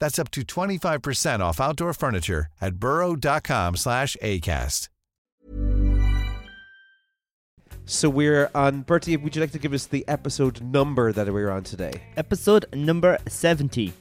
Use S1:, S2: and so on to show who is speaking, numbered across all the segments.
S1: That's up to 25% off outdoor furniture at burrow.com slash ACAST.
S2: So we're on. Bertie, would you like to give us the episode number that we're on today?
S3: Episode number 70.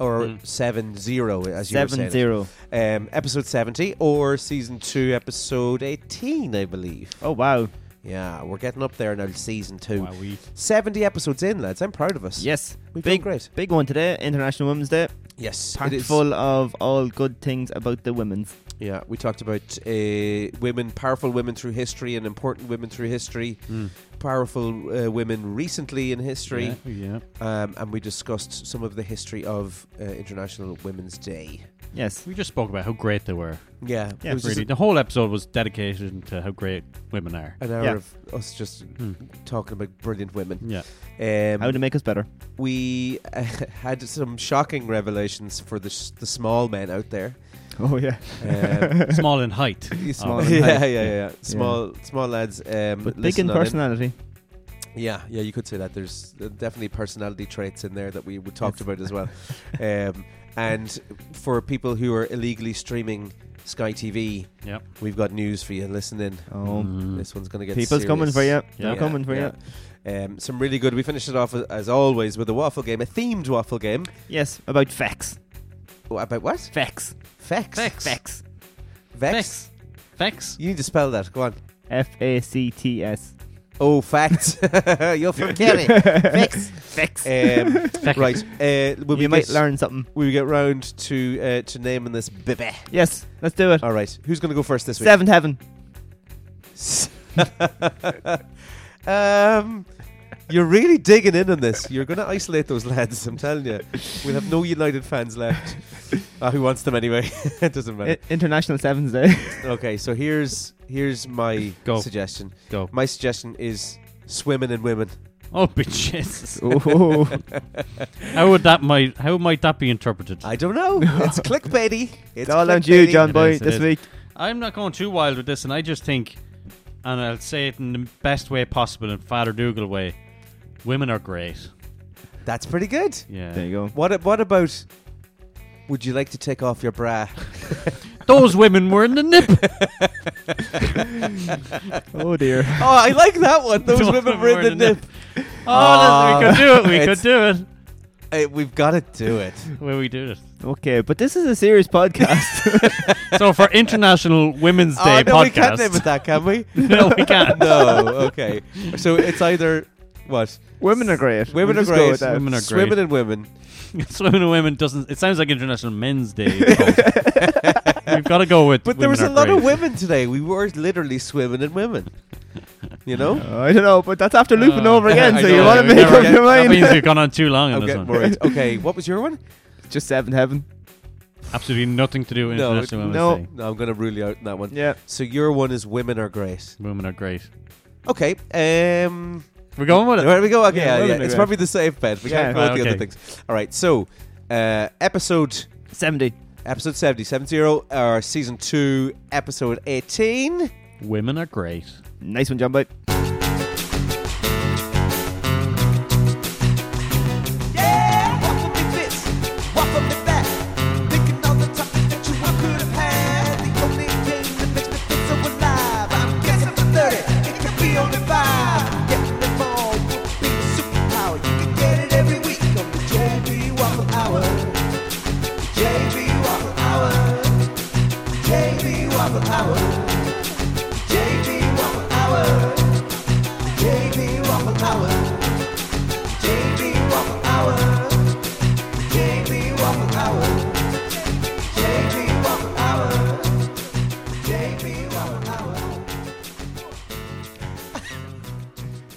S2: Or seven zero, as you were saying.
S3: 70.
S2: Um, episode 70 or season 2, episode 18, I believe.
S3: Oh, wow.
S2: Yeah, we're getting up there now, season 2. 70 episodes in, lads. I'm proud of us.
S3: Yes.
S2: We've
S3: big,
S2: done great.
S3: Big one today, International Women's Day.
S2: Yes.
S3: Packed
S2: it is.
S3: full of all good things about the women's.
S2: Yeah, we talked about uh, women, powerful women through history, and important women through history, powerful uh, women recently in history,
S4: Yeah.
S2: um, and we discussed some of the history of uh, International Women's Day.
S3: Yes.
S4: We just spoke about how great they were.
S2: Yeah, it
S3: Yeah,
S2: was just
S4: Really, the whole episode was dedicated to how great women are.
S2: an hour
S3: Yeah. Hmm.
S2: of us just talking about brilliant women.
S4: Yeah.
S2: Um,
S3: How to make us better.
S2: we uh, had some shocking revelations for the, sh- the small men out there.
S3: Oh, yeah.
S2: Um,
S4: Small in height.
S2: small,
S4: Oh,
S3: in
S2: yeah,
S3: height.
S2: yeah, yeah, yeah. Small, small lads. Um,
S3: But big
S2: listen
S3: in
S2: on
S3: personality.
S2: Yeah, yeah, you could say that. There's uh, definitely personality traits in there that we, we talked about as well. Um, and for people who are illegally streaming Sky TV,
S4: Yep.
S2: we've got news for you. Listen in.
S3: Oh,
S2: This one's going to get
S3: people's
S2: serious.
S3: coming for you.
S4: Yeah.
S3: They're coming for
S2: yeah.
S3: you.
S2: Um, some really good. We finished it off a- as always with a waffle game, a themed waffle game
S3: Yes, about facts.
S2: Wha- about what?
S3: Facts.
S2: Vex.
S4: Vex.
S3: Facts.
S2: Vex.
S4: Vex. Vex.
S2: You need to spell that. Go on.
S3: F A C T S.
S2: Oh, facts. You're from Kerry. Vex.
S3: Facts.
S2: Um, right. Uh, will we
S3: you might
S2: get-
S3: learn something.
S2: Will we get round to uh, to naming this baby?
S3: Yes, let's do it.
S2: All right, who's going to go first this week?
S3: Seventh heaven.
S2: um, you're really digging in on this. You're going to isolate those lads. I'm telling you, we'll have no United fans left. Uh, who wants them anyway? it doesn't matter.
S3: I- International Sevens Day.
S2: okay, so here's here's my
S4: Go.
S2: suggestion.
S4: Go.
S2: My suggestion is swimming in women.
S4: Oh, but Jesus.
S3: oh,
S4: How would that might? How might that be interpreted?
S2: I don't know. it's clickbaity. It's
S3: it's all on you,
S2: clickbaity.
S3: John
S4: It
S3: Boy,
S4: is, it
S3: this
S4: is.
S3: week.
S4: I'm not going too wild with this, and I just think, and I'll say it in the best way possible, in Father Dougal way. Women are great.
S2: That's pretty good.
S4: Yeah.
S3: There you go.
S2: What what about? Would you like to take off your bra?
S4: Those women were in the nip.
S3: Oh dear.
S2: Oh, I like that one. Those
S4: Those
S2: women
S4: women
S2: were in
S4: were
S2: the
S4: in the
S2: nip.
S4: Oh, that's- we could do it. We
S2: It's-
S4: could do it.
S2: Uh, we've got to do it.
S4: Where we do it.
S3: Okay, but this is a serious podcast.
S4: So for International Women's
S2: oh,
S4: Day
S2: no,
S4: podcast,
S2: we can't name it that, can we?
S4: no, we can't.
S2: no. Okay. So it's either what
S3: Women are great.
S2: women are
S3: We'll just go
S2: great,
S3: with that.
S4: Women are great.
S2: swimming and women.
S4: Swimming and women doesn't. It sounds like International Men's Day. We've got to go with.
S2: But there
S4: women
S2: was
S4: are
S2: a lot
S4: great.
S2: of women today. We were literally swimming and women. You know.
S3: Uh, I don't know, but that's after looping
S4: Uh,
S3: over again,
S2: I
S3: so
S2: know,
S3: you
S2: I
S3: want to
S2: know.
S3: make
S2: Never
S3: up
S2: get-
S3: your
S4: That means
S3: mind.
S4: we've gone on too long on
S2: I'm
S4: this
S2: getting
S4: one.
S2: worried. Okay, what was your one?
S3: Just seventh heaven.
S4: Absolutely nothing to do with
S2: No,
S4: International Women's
S3: no.
S4: Day.
S2: No, I'm going to rule you out in that one.
S3: Yeah.
S2: So your one is women are great.
S4: Women are great.
S2: Okay. Um.
S4: We're going with it.
S2: There we go. Okay,
S3: Yeah,
S2: yeah,
S3: women
S2: yeah.
S3: are
S2: it's
S3: great.
S2: probably the safe bet. We
S3: Yeah.
S2: can't go with
S4: Ah,
S2: the other
S4: okay.
S2: things. All right. So, uh, episode
S3: Seventy.
S2: Episode 70, 70, or uh, season 2, episode 18.
S4: Women are great.
S3: Nice one, John Boy.
S5: Yeah, waffle me this, waffle me that. Thinking all the topics that you could have had. The only thing that makes me feel so alive. I'm guessing for 30, it could be only five. Getting them all would be a superpower. You can get it every week on the JB Waffle Hour. JB Waffle Hour. JB Waffle Hour.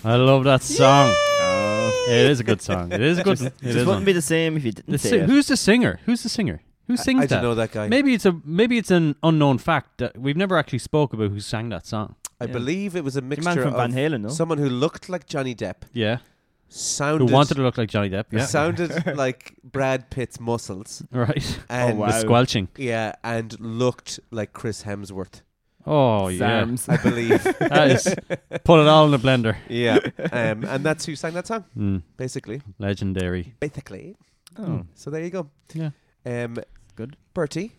S4: I love that song.
S3: Oh.
S4: It is a good song. It is a good. it
S3: It
S4: is
S3: wouldn't
S4: one.
S3: be the same if you didn't
S4: The
S3: say
S4: si-
S3: it.
S4: who's the singer? Who's the singer? Who sings
S2: I
S4: that?
S2: don't know that guy.
S4: Maybe it's a maybe it's an unknown fact that we've never actually spoke about who sang that song.
S2: I
S3: Yeah.
S2: believe it was a
S3: The
S2: mixture
S3: man from Van
S2: of
S3: Halen, no?
S2: someone who looked like Johnny Depp,
S4: Yeah, who
S2: sounded
S4: wanted to look like Johnny Depp? Yeah,
S2: sounded like Brad Pitt's muscles,
S4: right.
S2: and
S3: Oh, wow.
S4: The squelching.
S2: yeah, and looked like Chris Hemsworth.
S4: Oh yeah,
S3: Sam's.
S2: I believe.
S4: that is put it all in the blender.
S2: yeah, um, and that's who sang that song,
S4: Mm,
S2: basically.
S4: legendary. Hmm.
S2: Basically,
S3: Oh,
S2: so there you go.
S4: Yeah.
S2: Um,
S3: Good.
S2: Bertie.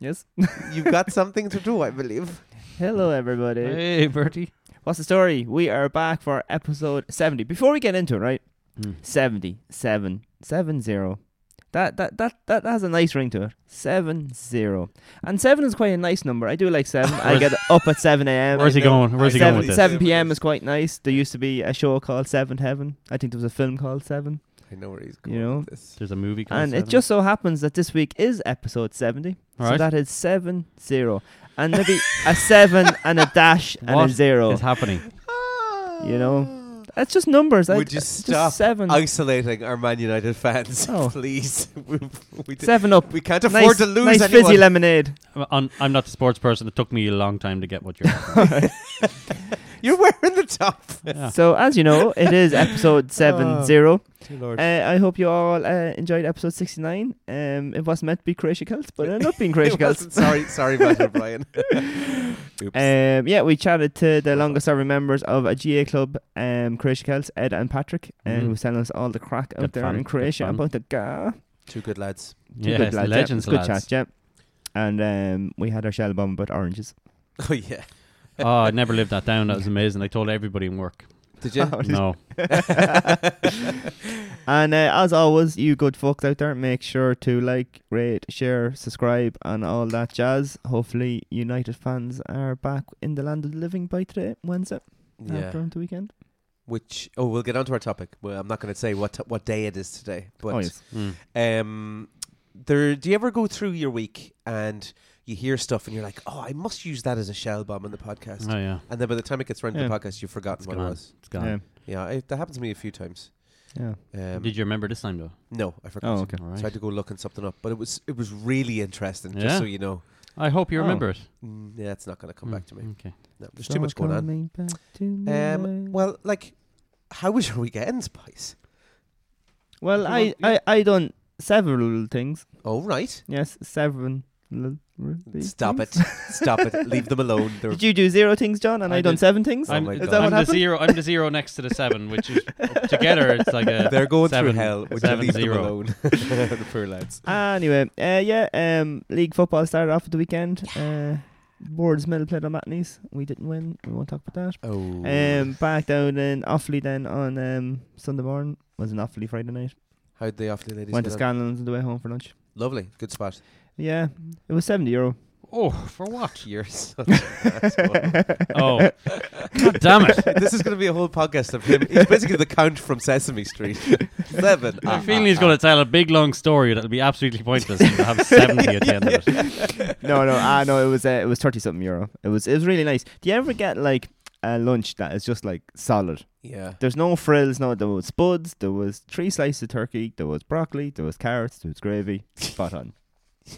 S3: yes.
S2: You've got something to do, I believe.
S3: Hello, everybody.
S4: Hey, Bertie.
S3: What's the story? We are back for episode 70. Before we get into it, right?
S4: Mm.
S3: 70, 7, 7, 0. That, that, that, that has a nice ring to it. 7, 0. And 7 is quite a nice number. I do like 7. I get up at 7 a.m.
S4: Where's he
S2: I know-
S4: going?
S2: I
S4: Where's he
S2: know
S4: going
S2: what
S4: with
S2: you
S3: Seven,
S2: said.
S4: this?
S3: 7 p.m. is quite nice. There used to be a show called Seventh Heaven. I think there was a film called Seven,
S2: I know where he's going.
S3: you know.
S2: with this.
S4: There's a movie. called
S3: And it
S4: Seven.
S3: just so happens that this week is episode 70. So
S4: Alright.
S3: that is 7 0. And maybe a 7 and a dash and
S4: What
S3: a 0.
S4: is happening.
S3: You
S2: Ah.
S3: know? That's just numbers. I-
S2: Would you
S3: uh, just
S2: stop
S3: Seven.
S2: Isolating our Man United fans,
S3: Oh.
S2: please. we, we, d-
S3: Seven up.
S2: we can't
S3: nice,
S2: afford to lose
S3: nice
S2: anyone.
S3: fizzy lemonade.
S4: I'm, I'm not the sports person. It took me a long time to get what you're.
S2: You're wearing the top.
S4: Yeah.
S3: So as you know, it is episode seven
S2: Oh.
S3: zero.
S2: Dear Lord.
S3: Uh, I hope you all uh, enjoyed episode sixty nine. Um, it was meant to be Croatia Celts, but it ended up being Croatia
S2: It wasn't-
S3: Celts.
S2: sorry, sorry, Matt O'Brien. Oops.
S3: Um, yeah, we chatted to the longest serving members of a GA club, um, Croatia Celts, Ed and Patrick, and
S4: Mhm.
S3: who was telling us all the crack out
S4: Good
S3: there
S4: fun,
S3: in
S4: good
S3: Croatia
S4: fun.
S3: about the ga.
S2: Two good lads.
S3: Two
S4: Yeah,
S3: good lads, yeah.
S4: legends,
S3: Good
S4: lads.
S3: chat, yeah. And um, we had our shell bomb about oranges.
S2: Oh yeah.
S4: Oh, I never lived that down. That was amazing. I told everybody in work.
S2: Did
S3: Oh,
S2: you?
S4: No.
S3: And uh, as always, you good folks out there, make sure to like, rate, share, subscribe, and all that jazz. Hopefully, United fans are back in the land of the living by today, Wednesday,
S2: yeah.
S3: after the weekend.
S2: Which? Oh, we'll get on to our topic. Well, I'm not going to say what t- what day it is today, but
S3: oh, yes.
S4: Mm.
S2: um, there. Do you ever go through your week and you hear stuff and you're like, oh, I must use that as a shell bomb in the podcast,
S4: Oh yeah,
S2: and then by the time it gets around to the
S3: Yeah.
S2: podcast, you've forgotten
S4: It's
S2: what it
S4: gone.
S2: was.
S4: it's gone.
S2: Yeah, I, that happened to me a few times.
S3: Yeah. yeah.
S2: Um,
S4: Did you remember this time though?
S2: No, I forgot.
S3: Oh, okay.
S4: All
S2: So I had
S4: right.
S2: to go looking something up, but it was it was really interesting. Just
S4: Yeah?
S2: so you know,
S4: I hope you
S3: Oh.
S4: remember it.
S2: Mm, yeah, it's not going to come
S4: Mm,
S2: back to me.
S4: Okay.
S2: No, there's too much going on. Um,
S3: Um, well,
S2: well, like, how was your weekend, Spice?
S3: well
S2: Come
S3: I,
S2: on, yeah.
S3: I, I done several things.
S2: Oh, right.
S3: Yes, several. l-
S2: Stop
S3: things.
S2: it. Stop it. Leave them alone. They're
S3: Did you do zero things, John, and I,
S4: I
S3: done
S4: did.
S3: seven things?
S2: Oh
S4: I'm,
S2: my
S4: is
S2: God.
S4: that what
S3: I'm the
S4: happened? the zero. I'm the zero next to the seven, which is together it's like a.
S2: they're going
S4: seven,
S2: through hell. Would you
S4: seven
S2: leave
S4: zero.
S2: them alone? the poor lads.
S3: Anyway, uh, yeah, um, league football started off at the weekend. Uh, Boards Mill played on matinees. We didn't win. We won't talk about that.
S2: Oh.
S3: Um, back down in Offaly then on um, Sunday morning. Was in Offaly Friday night.
S2: How'd they off the ladies?
S3: Went to
S2: get on?
S3: Scanlon's on the way home for lunch.
S2: Lovely. Good spot.
S3: Yeah, it was 70 euro.
S4: Oh, for what?
S2: You're such an asshole.
S4: Oh, God damn it!
S2: This is going to be a whole podcast of him. He's basically the count from Sesame Street. Seven. Uh-huh.
S4: I feel he's going to tell a big long story that'll be absolutely pointless and have seventy at the end of it.
S3: no, no, ah, no. It was uh, it was 30 something euro. It was it was really nice. Do you ever get like a lunch that is just like solid?
S2: Yeah.
S3: There's no frills. No, there was spuds. There was three slices of turkey. There was broccoli. There was carrots. There was gravy. Spot on.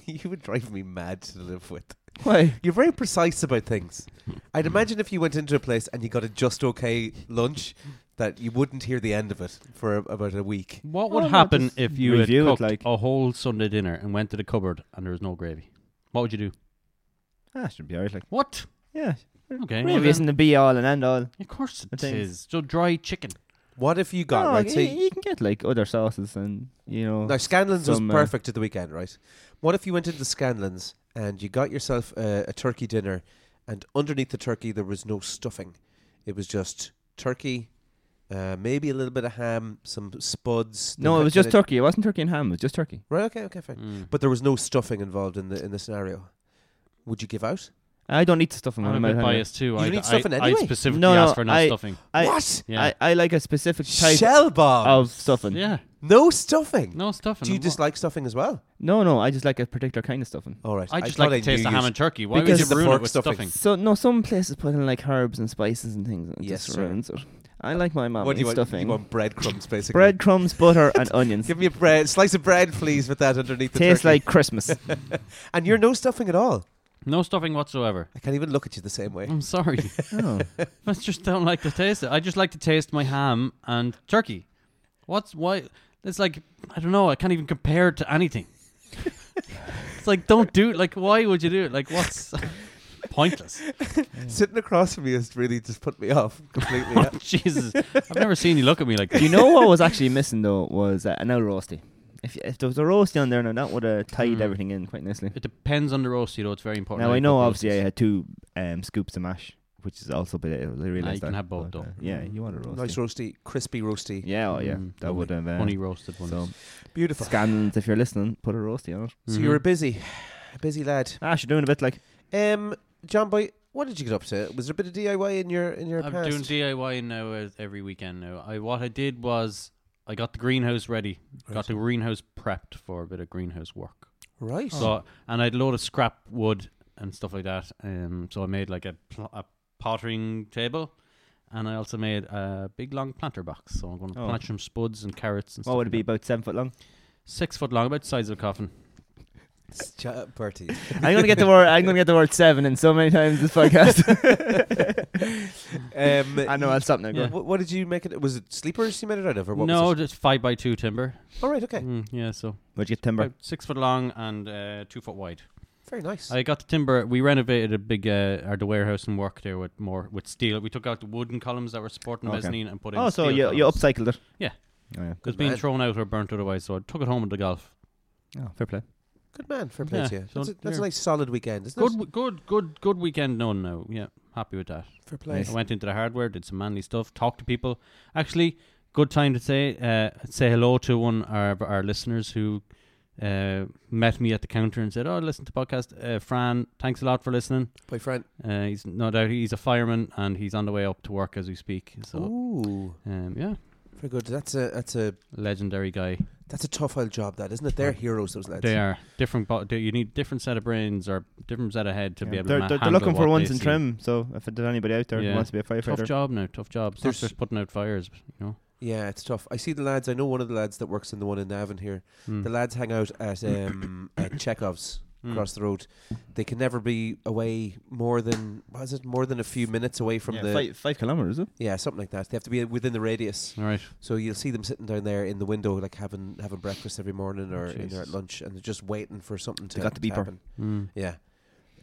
S2: You would drive me mad to live with. Hmm.
S3: Why?
S2: You're very precise about things. I'd imagine if you went into a place and you got a just okay lunch, that you wouldn't hear the end of it for a, about a week.
S4: What would
S3: Well, no,
S4: happen
S3: just
S4: if you had
S3: review it,
S4: cooked
S3: like-
S4: a whole Sunday dinner and went to the cupboard and there was no gravy? What would you do?
S3: Ah, should be alright. Like
S4: What?
S3: yeah,
S4: Okay. well
S3: Gravy
S4: then-
S3: isn't the be all and end all.
S4: Of course
S3: I
S4: it
S3: think.
S4: is. So dry chicken.
S2: What if you got
S3: No,
S2: right? So
S3: you,
S2: you,
S3: you can get like other sauces and you know.
S2: now Scanlon's was
S3: some, uh,
S2: perfect at the weekend, right? What if you went into Scanlon's and you got yourself a, a turkey dinner, and underneath the turkey there was no stuffing; it was just turkey, uh, maybe a little bit of ham, some spuds.
S3: no,
S2: the-
S3: it was just
S2: the-
S3: turkey. It wasn't turkey and ham. It was just turkey.
S2: Right? Okay, okay, fine.
S4: Mm.
S2: But there was no stuffing involved in the in the scenario. Would you give out?
S3: I don't eat stuffing when
S4: I'm
S3: I'm
S4: a bit
S3: out. anyway.
S4: biased too.
S2: You
S4: I,
S2: need
S4: I,
S2: stuffing
S4: I
S2: anyway.
S4: specifically
S3: No, no,
S4: asked for no
S3: I-
S4: stuffing.
S3: I,
S2: what?
S4: Yeah.
S3: I, I like a specific type Oh.
S2: Shell bomb.
S3: of stuffing.
S4: yeah.
S2: No stuffing.
S4: No stuffing.
S2: Do you
S4: I'm-
S2: dislike stuffing as well?
S3: No, no, I just like a particular kind of stuffing.
S2: All right.
S4: I just like
S2: thought
S4: the taste
S2: knew
S4: of
S2: you-
S4: ham and turkey. Why would
S3: Because
S4: you
S3: the
S4: ruin it
S2: fork
S4: with
S2: stuffing.
S4: stuffing?
S3: So no, some places put in like herbs and spices and things, and it
S2: Yes,
S3: just
S2: sir.
S3: ruins it. I like my mom
S2: What do you want?
S3: stuffing.
S2: You want breadcrumbs, basically.
S3: Bread, crumbs, butter, and onions.
S2: Give me a bread, slice of bread, please, with that underneath the
S3: Tastes
S2: turkey.
S3: like Christmas.
S2: and you're no stuffing at all.
S4: No stuffing whatsoever.
S2: I can't even look at you the same way.
S4: I'm sorry.
S3: oh.
S4: I just don't like to taste it. I just like to taste my ham and turkey. What's why? It's like I don't know. I can't even compare it to anything. it's like don't do it. Like why would you do it? Like what's pointless?
S3: Mm.
S2: Sitting across from you has really just put me off completely. yeah.
S4: Oh, Jesus, I've never seen you look at me like
S3: You
S4: that.
S3: know what was actually missing though was uh, an old roasty. If, if there was a roasty on there now, that would have tied
S4: Mm.
S3: everything in quite nicely.
S4: It depends on the roast, you know. It's very important.
S3: now
S4: how
S3: I
S4: you
S3: know
S4: cook
S3: obviously I
S4: roasts.
S3: had two um, scoops of mash, which is also potatoes. I realized
S4: can
S3: that,
S4: have both,
S3: but, uh,
S4: though.
S3: yeah, you want a roasty.
S2: Nice roasty, crispy roasty.
S3: Yeah, oh yeah,
S4: Mm,
S3: that would have. Uh,
S4: Honey roasted ones.
S3: so
S2: Beautiful.
S3: scandals, if you're listening, put a roasty on it. Ah,
S2: So
S4: Mhm.
S2: you were busy, a busy lad.
S3: Ash, you're doing a bit like
S2: Um, John Boy, what did you get up to? Was there a bit of DIY in your in your
S4: I'm
S2: past?
S4: doing DIY now uh, every weekend now. I what I did was I got the greenhouse ready, got the greenhouse prepped for a bit of greenhouse work.
S2: right.
S4: So and I'd load of scrap wood and stuff like that. Um, so I made like a, pl- a pottering table, and I also made a big long planter box. So I'm going to
S3: Oh.
S4: plant some spuds and carrots and stuff.
S3: what would it
S4: like
S3: be
S4: that.
S3: about seven foot long?
S4: Six foot long, about the size of a coffin.
S2: Ch- Bertie.
S3: I'm gonna get the word. I'm gonna get the word seven in so many times this podcast.
S2: Um,
S3: I know I'll stop now.
S4: Yeah.
S3: Yeah.
S2: What, what did you make it? Was it sleepers you made it out of, or what?
S4: no,
S2: Was
S4: just five by two timber.
S2: it? All right. Okay.
S4: Mm, yeah, so
S3: Where'd you get timber?
S4: about six foot long and uh, two foot wide.
S2: Very nice.
S4: I got the timber. We renovated a big uh, or the warehouse and work there with more with steel. We took out the wooden columns that were supporting the
S3: Okay.
S4: mezzanine and put in.
S3: Oh, so
S4: steel
S3: you you
S4: columns.
S3: upcycled it?
S4: Yeah.
S3: Oh, yeah.
S4: It was being
S2: man.
S4: thrown out or burnt otherwise, so I took it home with the golf.
S3: Oh, fair play.
S2: Good man. Fair play
S4: Yeah,
S2: to you.
S4: so
S2: That's, a, that's a
S4: there.
S2: nice solid weekend, isn't
S4: Good,
S2: it?
S4: w- good, good, good weekend. No, no, yeah, happy with that.
S2: Fair play.
S3: Nice.
S4: I went into the hardware, did some manly stuff, talked to people. Actually, good time to say uh, say hello to one of our, our listeners who uh, met me at the counter and said, "Oh, I listened to podcast, uh, Fran. Thanks a lot for listening."
S2: My friend.
S4: Uh, he's no doubt he's a fireman and he's on the way up to work as we speak. So,
S2: Ooh,
S4: um, yeah,
S2: very good. That's a that's a
S4: legendary guy.
S2: that's a tough old job, that isn't it? They're heroes, those lads.
S4: They are different. Bo- you need different set of brains or different set of head to be
S3: Yeah.
S4: able
S3: They're,
S4: to ma-
S3: they're, they're
S4: handle
S3: looking for
S4: what
S3: ones
S4: they
S3: in
S4: see.
S3: trim. So if there's anybody out there
S4: Yeah.
S3: who wants to be a
S4: Tough
S3: firefighter,
S4: job now, tough job. It's not
S2: There's-
S4: just putting out fires, you know.
S2: Yeah, it's tough. I see the lads. I know one of the lads that works in the one in Navan here.
S4: Mm.
S3: Hmm.
S2: The lads hang out at um at Chekhov's
S4: Hmm.
S2: across the road. They can never be away more than what is it? More than a few minutes away from the
S3: five, five kilometers. Is it?
S2: yeah something like that. They have to be within the radius.
S4: All right.
S2: So you'll see them sitting down there in the window, like having having breakfast every morning or in there at
S4: Jesus.
S2: lunch, and they're just waiting for something to,
S3: got the
S2: to
S3: beeper.
S2: happen.
S4: Hmm.
S2: Yeah,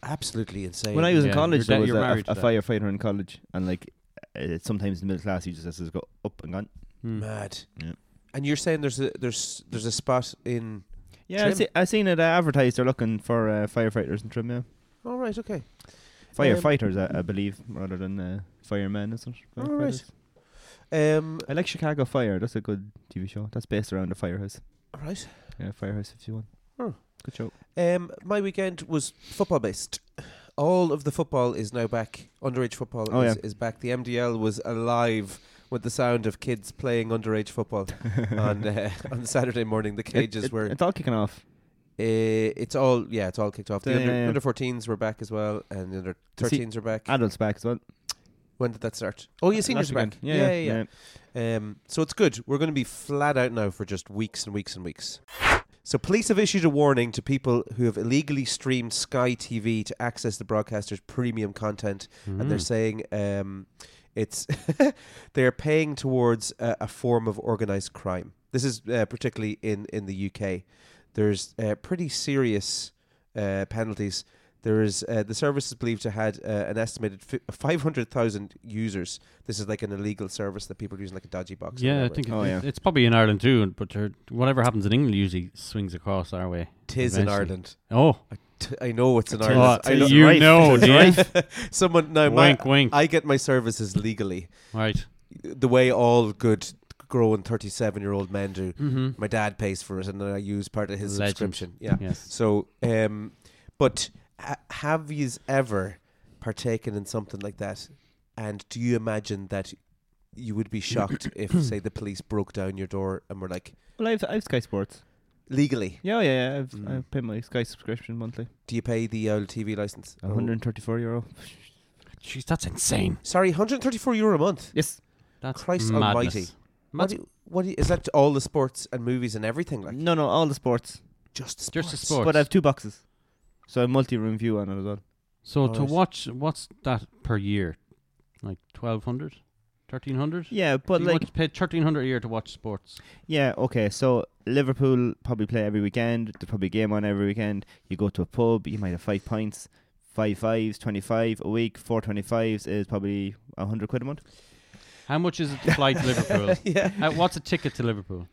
S2: absolutely insane.
S3: When I was in
S4: Yeah,
S3: college,
S4: you're
S3: there
S4: de-
S3: was a,
S4: you're
S3: a,
S4: married to
S3: a
S4: that.
S3: firefighter in college, and like uh, sometimes the middle class, you just has to go up and gone.
S4: Hmm.
S2: mad.
S3: Yeah.
S2: And you're saying there's a there's there's a spot in.
S3: Yeah, I
S2: Trim.
S3: see, I seen it uh, advertised. They're looking for uh, firefighters and trim. Yeah,
S2: All right, okay. Um,
S3: firefighters, I, I believe, rather than uh, firemen. Isn't it?
S2: All right.
S3: Firefighters.
S2: Um,
S3: I like Chicago Fire. That's a good TV show. That's based around a firehouse.
S2: all right.
S3: Yeah, Firehouse 51.
S2: Oh.
S3: Good show.
S2: Um, my weekend was football based. All of the football is now back. Underage football
S3: Oh,
S2: is,
S3: yeah.
S2: is back. The MDL was alive with the sound of kids playing underage football on uh, on Saturday morning. The cages
S3: it, it,
S2: were.
S3: It's all kicking off.
S2: Uh, it's all yeah, it's all kicked off. The
S3: Yeah,
S2: under,
S3: yeah, yeah.
S2: under 14s were back as well, and the under
S3: The se-
S2: 13s were back.
S3: Adults back as well.
S2: When did that start? Oh, yeah, seniors
S3: Last
S2: are back.
S3: weekend. Yeah, yeah,
S2: Um, so it's good. We're going to be flat out now for just weeks and weeks and weeks. So police have issued a warning to people who have illegally streamed Sky TV to access the broadcaster's premium content,
S4: Hmm.
S2: and
S4: Mm.
S2: they're saying um, it's they're paying towards a, a form of organized crime. This is uh, particularly in in the UK. There's uh, pretty serious uh, penalties. There is uh, the service is believed to had uh, an estimated fi- 500,000 users. This is like an illegal service that people are using like a dodgy box. or
S4: Yeah, I
S2: whatever.
S4: think it,
S3: Oh, yeah.
S4: it's probably in Ireland too, and- but there- whatever happens in England usually swings across our way.
S2: tis in
S4: eventually.
S2: Ireland.
S4: Oh,
S2: T- I know it's in
S3: Tis-
S2: Ireland. I
S3: tis
S2: know-
S3: is
S4: you
S3: rife,
S4: know,
S3: it is
S4: do you?
S3: rife.
S2: Someone now, my,
S4: wink, wink.
S2: I get my services legally,
S4: right.
S2: the way all good growing 37 year old men do.
S4: Mm-hmm.
S2: My dad pays for it, and then I use part of his
S4: Legend.
S2: subscription. Yeah.
S4: Yes.
S2: So, um, but ha- have you ever partaken in something like that? And do you imagine that you would be shocked if, say, the police broke down your door and were like,
S3: Well, I've I've Sky Sports.
S2: legally,
S3: Yeah, yeah, yeah, I've
S2: Mm.
S3: I pay my Sky subscription monthly.
S2: do you pay the old TV license?
S3: One hundred and thirty-four euro.
S4: Jeez, that's insane.
S2: Sorry, 134 euro a month.
S3: Yes.
S4: That's
S2: Christ
S4: madness.
S2: almighty. What
S4: That's
S2: do, you, what do you, is that? All the sports and movies and everything, like
S3: No, no, all the sports,
S2: just sports.
S4: just a sport.
S3: but I have two boxes, so a multi-room view on it as well.
S4: so to
S2: Alright.
S4: watch, what's that per year? Like 1,200? 1,300?
S3: Yeah, but
S4: you
S3: like,
S4: want to pay 1,300 a year to watch sports.
S3: yeah, okay. So Liverpool probably play every weekend. There's probably a game on every weekend. You go to a pub. You might have five pints, five fives, twenty-five a week. Four twenty-fives is probably a hundred quid a month.
S4: How much is it to fly to Liverpool?
S2: yeah.
S4: Uh, what's a ticket to Liverpool?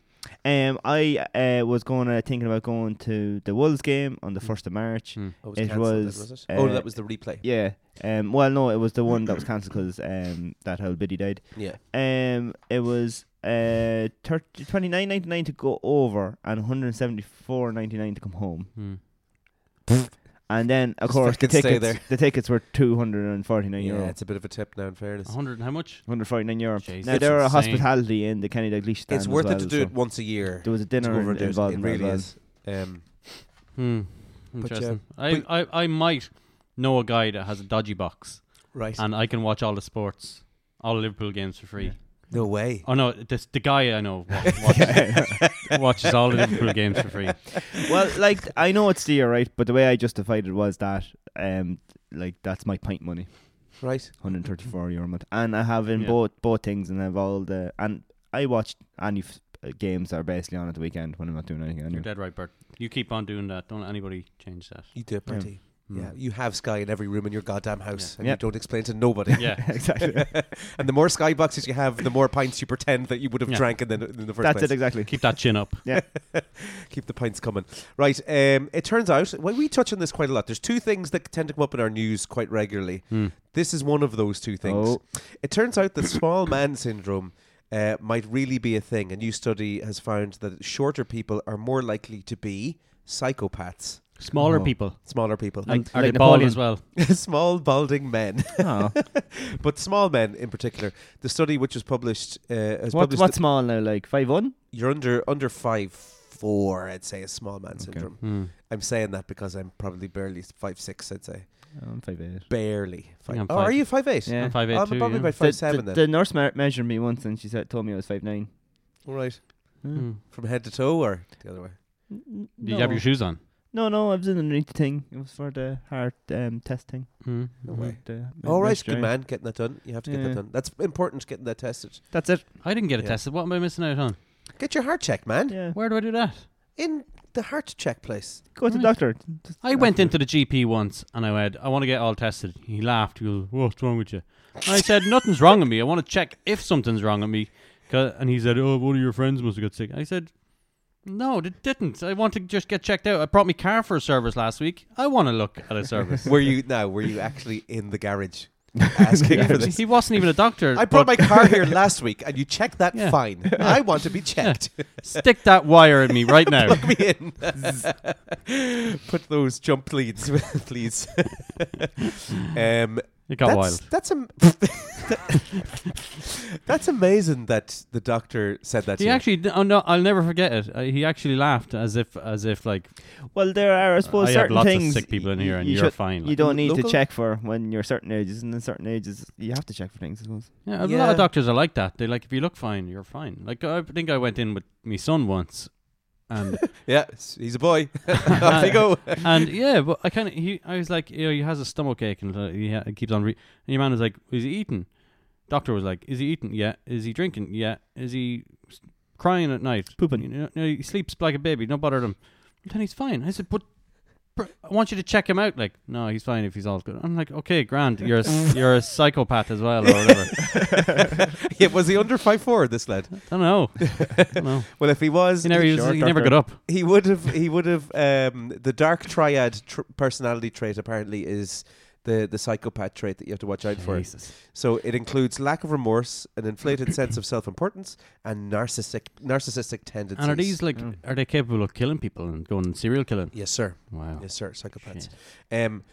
S3: Um, I uh, was going to thinking about going to the Wolves game on the first of March.
S4: Hmm.
S2: Oh,
S3: It
S2: cancelled then,
S3: was,
S2: it? oh,
S3: uh,
S2: that was the replay.
S3: Yeah. Um. Well, no, it was the one that was cancelled because um that old biddy died.
S2: Yeah.
S3: Um. It was uh 30, 29.99 to go over and one hundred seventy four ninety nine to come home.
S4: Hmm.
S3: And then of
S2: Just
S3: course the
S2: fucking stay
S3: tickets
S2: there.
S3: the tickets were two hundred and forty nine
S2: Yeah,
S3: euro.
S2: it's a bit of a tip now. In fairness,
S3: Uh-huh.
S4: 100 and how much?
S3: 149 euro.
S4: Jeez,
S3: now
S4: that's
S3: there are
S4: insane.
S3: hospitality in the Kenny Dalglish stand.
S2: it's
S3: as
S2: worth
S3: well,
S2: it to do it
S3: so
S2: once a year.
S3: There was a
S2: to
S3: dinner
S2: overdo it.
S3: involved.
S2: It
S3: in that as
S2: really
S3: well.
S2: is. Um,
S4: Hmm.
S2: But, yeah,
S4: Interesting.
S2: but-
S4: I, I, I might know a guy that has a dodgy box
S2: right?
S4: and I can watch all the sports, all the Liverpool games for free.
S2: no way.
S3: Uh,
S4: Oh no, this, the guy I know wa- watches, watches all the Liverpool games for free.
S3: well, like I know it's dear, right? But the way I justified it was that, um, like that's my pint money,
S2: Right.
S3: 134 euro a month, and I have in
S4: Yeah.
S3: both both things, and I have all the, and I watched any f- uh, games that are basically on at the weekend when I'm not doing anything.
S4: You're
S3: Anyway.
S4: dead right, Bert. You keep on doing that. Don't let anybody change that.
S2: You do it,
S3: Yeah.
S2: Bertie.
S4: Hmm.
S2: Yeah. You have Sky in every room in your goddamn house,
S3: Yeah.
S2: and
S3: Yep.
S2: you don't explain to nobody.
S4: Yeah.
S3: exactly.
S2: and the more Sky boxes you have, the more pints you pretend that you would have
S4: Yeah.
S2: drank in the, in the first
S3: That's
S2: place.
S3: it exactly.
S4: Keep that chin up.
S2: Keep the pints coming. Right. Um, it turns out, well, we touch on this quite a lot. There's two things that tend to come up in our news quite regularly.
S4: Hmm.
S2: This is one of those two things.
S3: Oh.
S2: It turns out that small man syndrome uh, might really be a thing. A new study has found that shorter people are more likely to be psychopaths.
S4: Smaller
S3: Oh.
S4: people.
S2: Smaller people,
S4: Like, are
S3: like
S4: they bald
S3: Napoleon.
S4: as well?
S2: small balding men,
S4: Ah,
S3: Oh.
S2: but small men in particular. The study, which was published, uh, has
S3: What,
S2: published
S3: what's small now? Like five one?
S2: you're under under five four. I'd say is small man syndrome.
S4: Hmm.
S2: I'm saying that because I'm probably barely five six. I'd say
S3: I'm five eight.
S2: barely. Five,
S4: I'm
S2: oh, are
S4: five-
S2: you five eight?
S3: Yeah.
S4: Um, I'm five eight
S2: I'm
S4: too,
S2: probably
S4: yeah.
S2: about
S3: The,
S2: five seven
S3: the,
S2: then.
S3: the nurse me- measured me once, and she said told me I was five nine.
S2: All right,
S4: Hmm.
S2: from head to toe or the other way.
S4: Did you have your shoes on?
S3: No, no, I was in underneath the thing. It was for the heart um, testing.
S4: Hmm.
S2: No way.
S3: The-
S2: All right,
S3: registry.
S2: good man, getting that done. You have to get that
S3: Yeah.
S2: done. That's important. Getting that tested.
S3: That's it.
S4: I didn't get it
S2: Yeah.
S4: tested. What am I missing out on?
S2: Get your heart checked, man.
S3: Yeah.
S4: Where do I do that?
S2: In the heart check place.
S3: Go to the
S4: Right.
S3: doctor.
S4: I went into the GP once and I went, I want to get all tested. He laughed. He goes, What's wrong with you? And I said, Nothing's wrong with me. I want to check if something's wrong with me. 'Cause- And he said, Oh, one of your friends must have got sick. I said, No, it didn't. I want to just get checked out. I brought my car for a service last week. I want to look at a service.
S2: Were you now? Were you actually in the garage asking for this?
S4: he wasn't even a doctor.
S2: I brought my
S4: but
S2: car here last week, and you checked that
S4: Yeah.
S2: fine. I want to be checked.
S4: Stick that wire in me right now.
S2: Plug me in. Put those jump leads, please. um,
S4: It got
S2: that's,
S4: wild.
S2: That's am- that's amazing that the doctor said that.
S4: He
S2: to you.
S4: actually, oh no, I'll never forget it. Uh, he actually laughed as if, as if like,
S3: Well, there are, I suppose,
S4: I have
S3: certain
S4: lots
S3: things
S4: of sick people in
S3: y-
S4: here and
S3: you
S4: you are
S3: should-
S4: fine.
S3: You don't need
S2: Local?
S3: to check for when you're certain ages, and then certain ages you have to check for things. I suppose.
S4: Yeah, a lot
S2: Yeah.
S4: of doctors are like that. They like if you look fine, you're fine. Like I think I went in with my son once, and
S2: yeah, s- he's a boy. Off you go.
S4: and yeah, but I kind of he I was like, you know, he has a stomach ache and uh, he, ha- he keeps on. Re- and your man was like, is he eating? Doctor was like, is he eating? Yeah. Is he drinking? Yeah. Is he s- crying at night?
S3: Pooping.
S4: You know, no, he sleeps like a baby. Don't bother him. And then he's fine. I said, but. br- I want you to check him out. Like, no, he's fine if he's all good. I'm like, okay, grand. You're a, s- you're a psychopath as well, or whatever.
S2: yeah, was he under five four? This lad.
S4: I don't know. I don't know.
S2: Well, if he was,
S4: He never, he was-
S3: Sure,
S4: he never
S3: doctor.
S4: got up.
S2: He would have. He would have. Um, the dark triad tr- personality trait apparently is the the psychopath trait that you have to watch out for. So it includes lack of remorse, an inflated sense of self importance, and narcissistic narcissistic tendencies.
S4: And are these like
S3: Yeah.
S4: are they capable of killing people and going serial killing?
S2: Yes, sir.
S4: Wow.
S2: Yes, sir. Psychopaths.
S4: Oh, Shit.
S2: Um,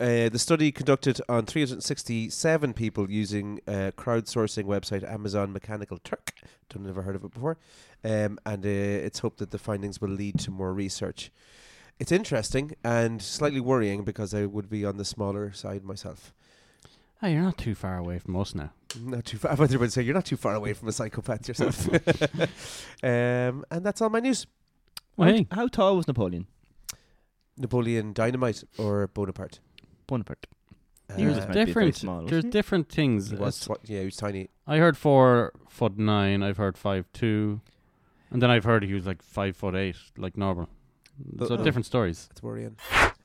S2: Uh, the study conducted on 367 people using uh, crowdsourcing website Amazon Mechanical Turk. Don't never heard of it before, um, and uh, it's hoped that the findings will lead to more research. It's interesting and slightly worrying because I would be on the smaller side myself.
S4: Oh, you're not too far away from us now.
S2: Not too far. I thought you were going to say you're not too far away from a psychopath yourself. um, and that's all my news.
S3: How- How tall was Napoleon
S2: Napoleon Dynamite or Bonaparte?
S3: Bonaparte?
S4: Hey, there's
S3: Uh, might be a bit
S4: different.
S3: small, wasn't
S4: there's
S3: it?
S4: different things.
S2: he was
S4: It's-
S2: twi- yeah, he was tiny.
S4: I heard four foot nine. I've heard five two, and then I've heard he was like five foot eight, like normal. so
S3: uh,
S2: Oh.
S4: different stories.
S2: That's worrying.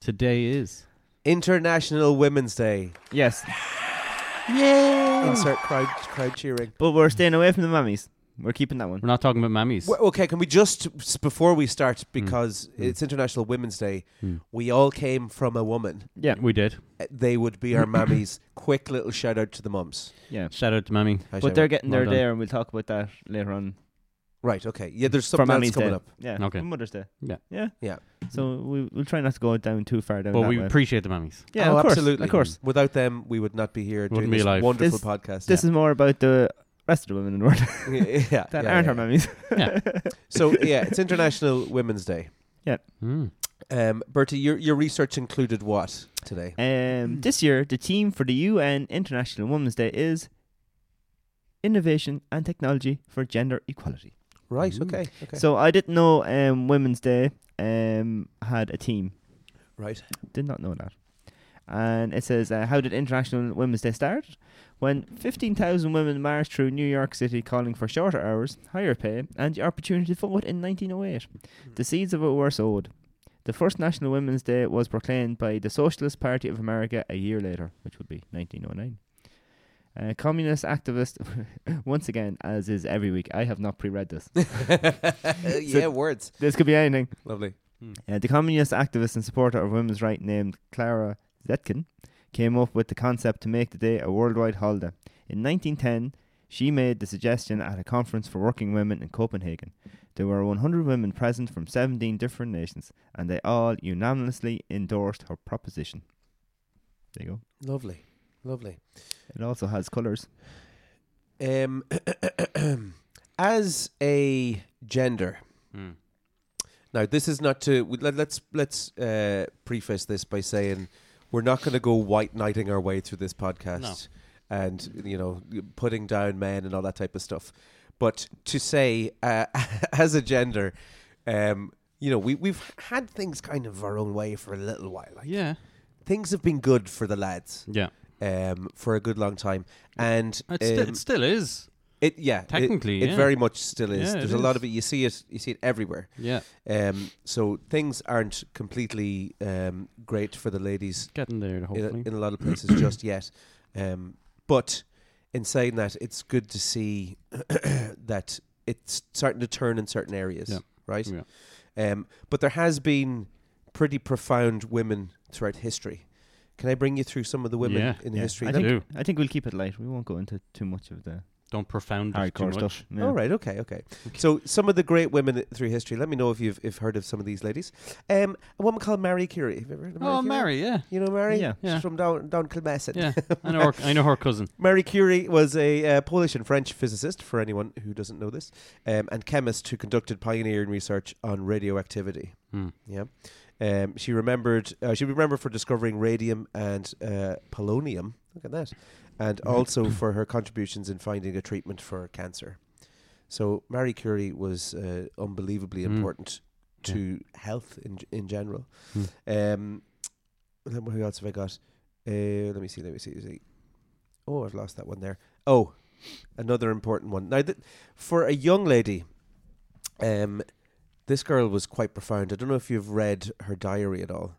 S4: Today is
S2: International Women's Day.
S3: Yes,
S2: Insert crowd crowd cheering.
S3: but we're staying away from the mummies. We're keeping that one.
S4: we're not talking about mammies.
S2: Well, okay, can we just s- before we start
S3: Mm.
S2: because it's International Women's Day,
S4: Mm.
S2: we all came from a woman.
S3: Yeah,
S4: We did.
S2: Uh, They would be our mammies. Quick little shout out to the mums.
S3: yeah.
S4: Shout out to mammy.
S2: Hi, Shane.
S3: But they're getting
S4: Well
S3: their
S4: done.
S3: there, and we'll talk about that later on.
S2: right. Okay. Yeah, there's
S3: from
S2: something else
S3: Mammy's
S2: coming
S3: Day.
S2: up.
S3: Yeah.
S4: Okay.
S3: for Mother's Day.
S4: Yeah.
S3: Yeah.
S2: Yeah.
S3: So we we'll try not to go down too far down.
S4: But
S3: that
S4: we
S3: way.
S4: appreciate the mammies.
S3: yeah,
S2: Oh,
S3: of course,
S2: absolutely.
S3: of course.
S2: Without them, we would not be here doing
S4: Wouldn't be
S2: this
S4: alive.
S2: wonderful
S3: This-
S2: podcast.
S3: This is more about the rest of the women in the world
S2: yeah, yeah,
S3: that
S2: yeah,
S3: aren't
S2: yeah.
S3: our mummies.
S2: So yeah, it's International Women's Day.
S4: Mm.
S2: Um, Bertie, your your research included what today?
S3: Um, this year, the theme for the UN International Women's Day is innovation and technology for gender equality.
S2: Right.
S4: Ooh.
S2: Okay. Okay.
S3: Mm. So I didn't know um, Women's Day um, had a team.
S2: right.
S3: Did not know that. And it says, uh, how did International Women's Day start? When 15,000 women marched through New York City calling for shorter hours, higher pay, and the opportunity to vote in 1908. The seeds of it were sowed. The first National Women's Day was proclaimed by the Socialist Party of America a year later, which would be 1909. Uh, communist activist, once again, as is every week, I have not pre read this.
S2: yeah. words.
S3: This could be anything.
S2: Lovely.
S3: Uh, the communist activist and supporter of women's rights named Clara Zetkin came up with the concept to make the day a worldwide holiday. In 1910, she made the suggestion at a conference for working women in Copenhagen. There were 100 women present from 17 different nations, and they all unanimously endorsed her proposition. There you go.
S2: Lovely. Lovely.
S3: It also has colours.
S2: Um, as a gender,
S4: Mm.
S2: now this is not to we- let, let's let's uh, preface this by saying we're not going to go white knighting our way through this podcast and you know putting down men and all that type of stuff. But to say uh, as a gender, um, you know we we've had things kind of our own way for a little while. Like
S4: Yeah.
S2: things have been good for the lads
S4: Yeah.
S2: um, for a good long time, and
S4: It, sti-
S2: um,
S4: it still is.
S2: it yeah, it-
S4: Technically,
S2: it,
S4: yeah.
S2: very much still is.
S4: Yeah, it
S2: There's a lot
S4: is.
S2: of it. You see it. You see it everywhere.
S4: Yeah.
S2: Um, so things aren't completely um, great for the ladies
S4: Getting there,
S2: in a,
S4: hopefully.
S2: in a lot of places just yet. Um, but in saying that, it's good to see that it's starting to turn in certain areas,
S4: Yeah.
S2: right?
S4: Yeah.
S2: Um, but there has been pretty profound women throughout history. Can I bring you through some of the women
S4: Yeah.
S2: in
S3: Yeah,
S2: history?
S3: I
S2: Let-
S3: think,
S4: Do.
S3: I think we'll keep it light. We won't go into too much of the
S4: Don't profound it too
S3: hardcore
S4: much.
S3: stuff. Yeah.
S2: All right, okay, okay. So some of the great women through history. Let me know if you've if heard of some of these ladies. Um, a woman called Mary Curie. Have you ever heard of Marie
S4: Oh,
S2: Curie?
S4: Mary, yeah.
S2: You know Mary?
S3: Yeah.
S4: Yeah.
S2: She's from down down Kilmessan.
S4: Yeah. I know her, I know her cousin.
S2: Marie Curie was a uh, Polish and French physicist, for anyone who doesn't know this, um, and chemist who conducted pioneering research on radioactivity.
S4: Hmm.
S2: Yeah, um, she remembered. Uh, she remembered for discovering radium and uh, polonium. Look at that, and
S4: Mm-hmm.
S2: also for her contributions in finding a treatment for cancer. So Marie Curie was uh, unbelievably
S4: Mm.
S2: important
S4: Yeah.
S2: to health in in general.
S4: Mm.
S2: Um, then what else have I got? Uh, let me see. Let me see. let me see. Oh, I've lost that one there. Oh, another important one. Now, th- for a young lady, um, this girl was quite profound. I don't know if you've read her diary at all.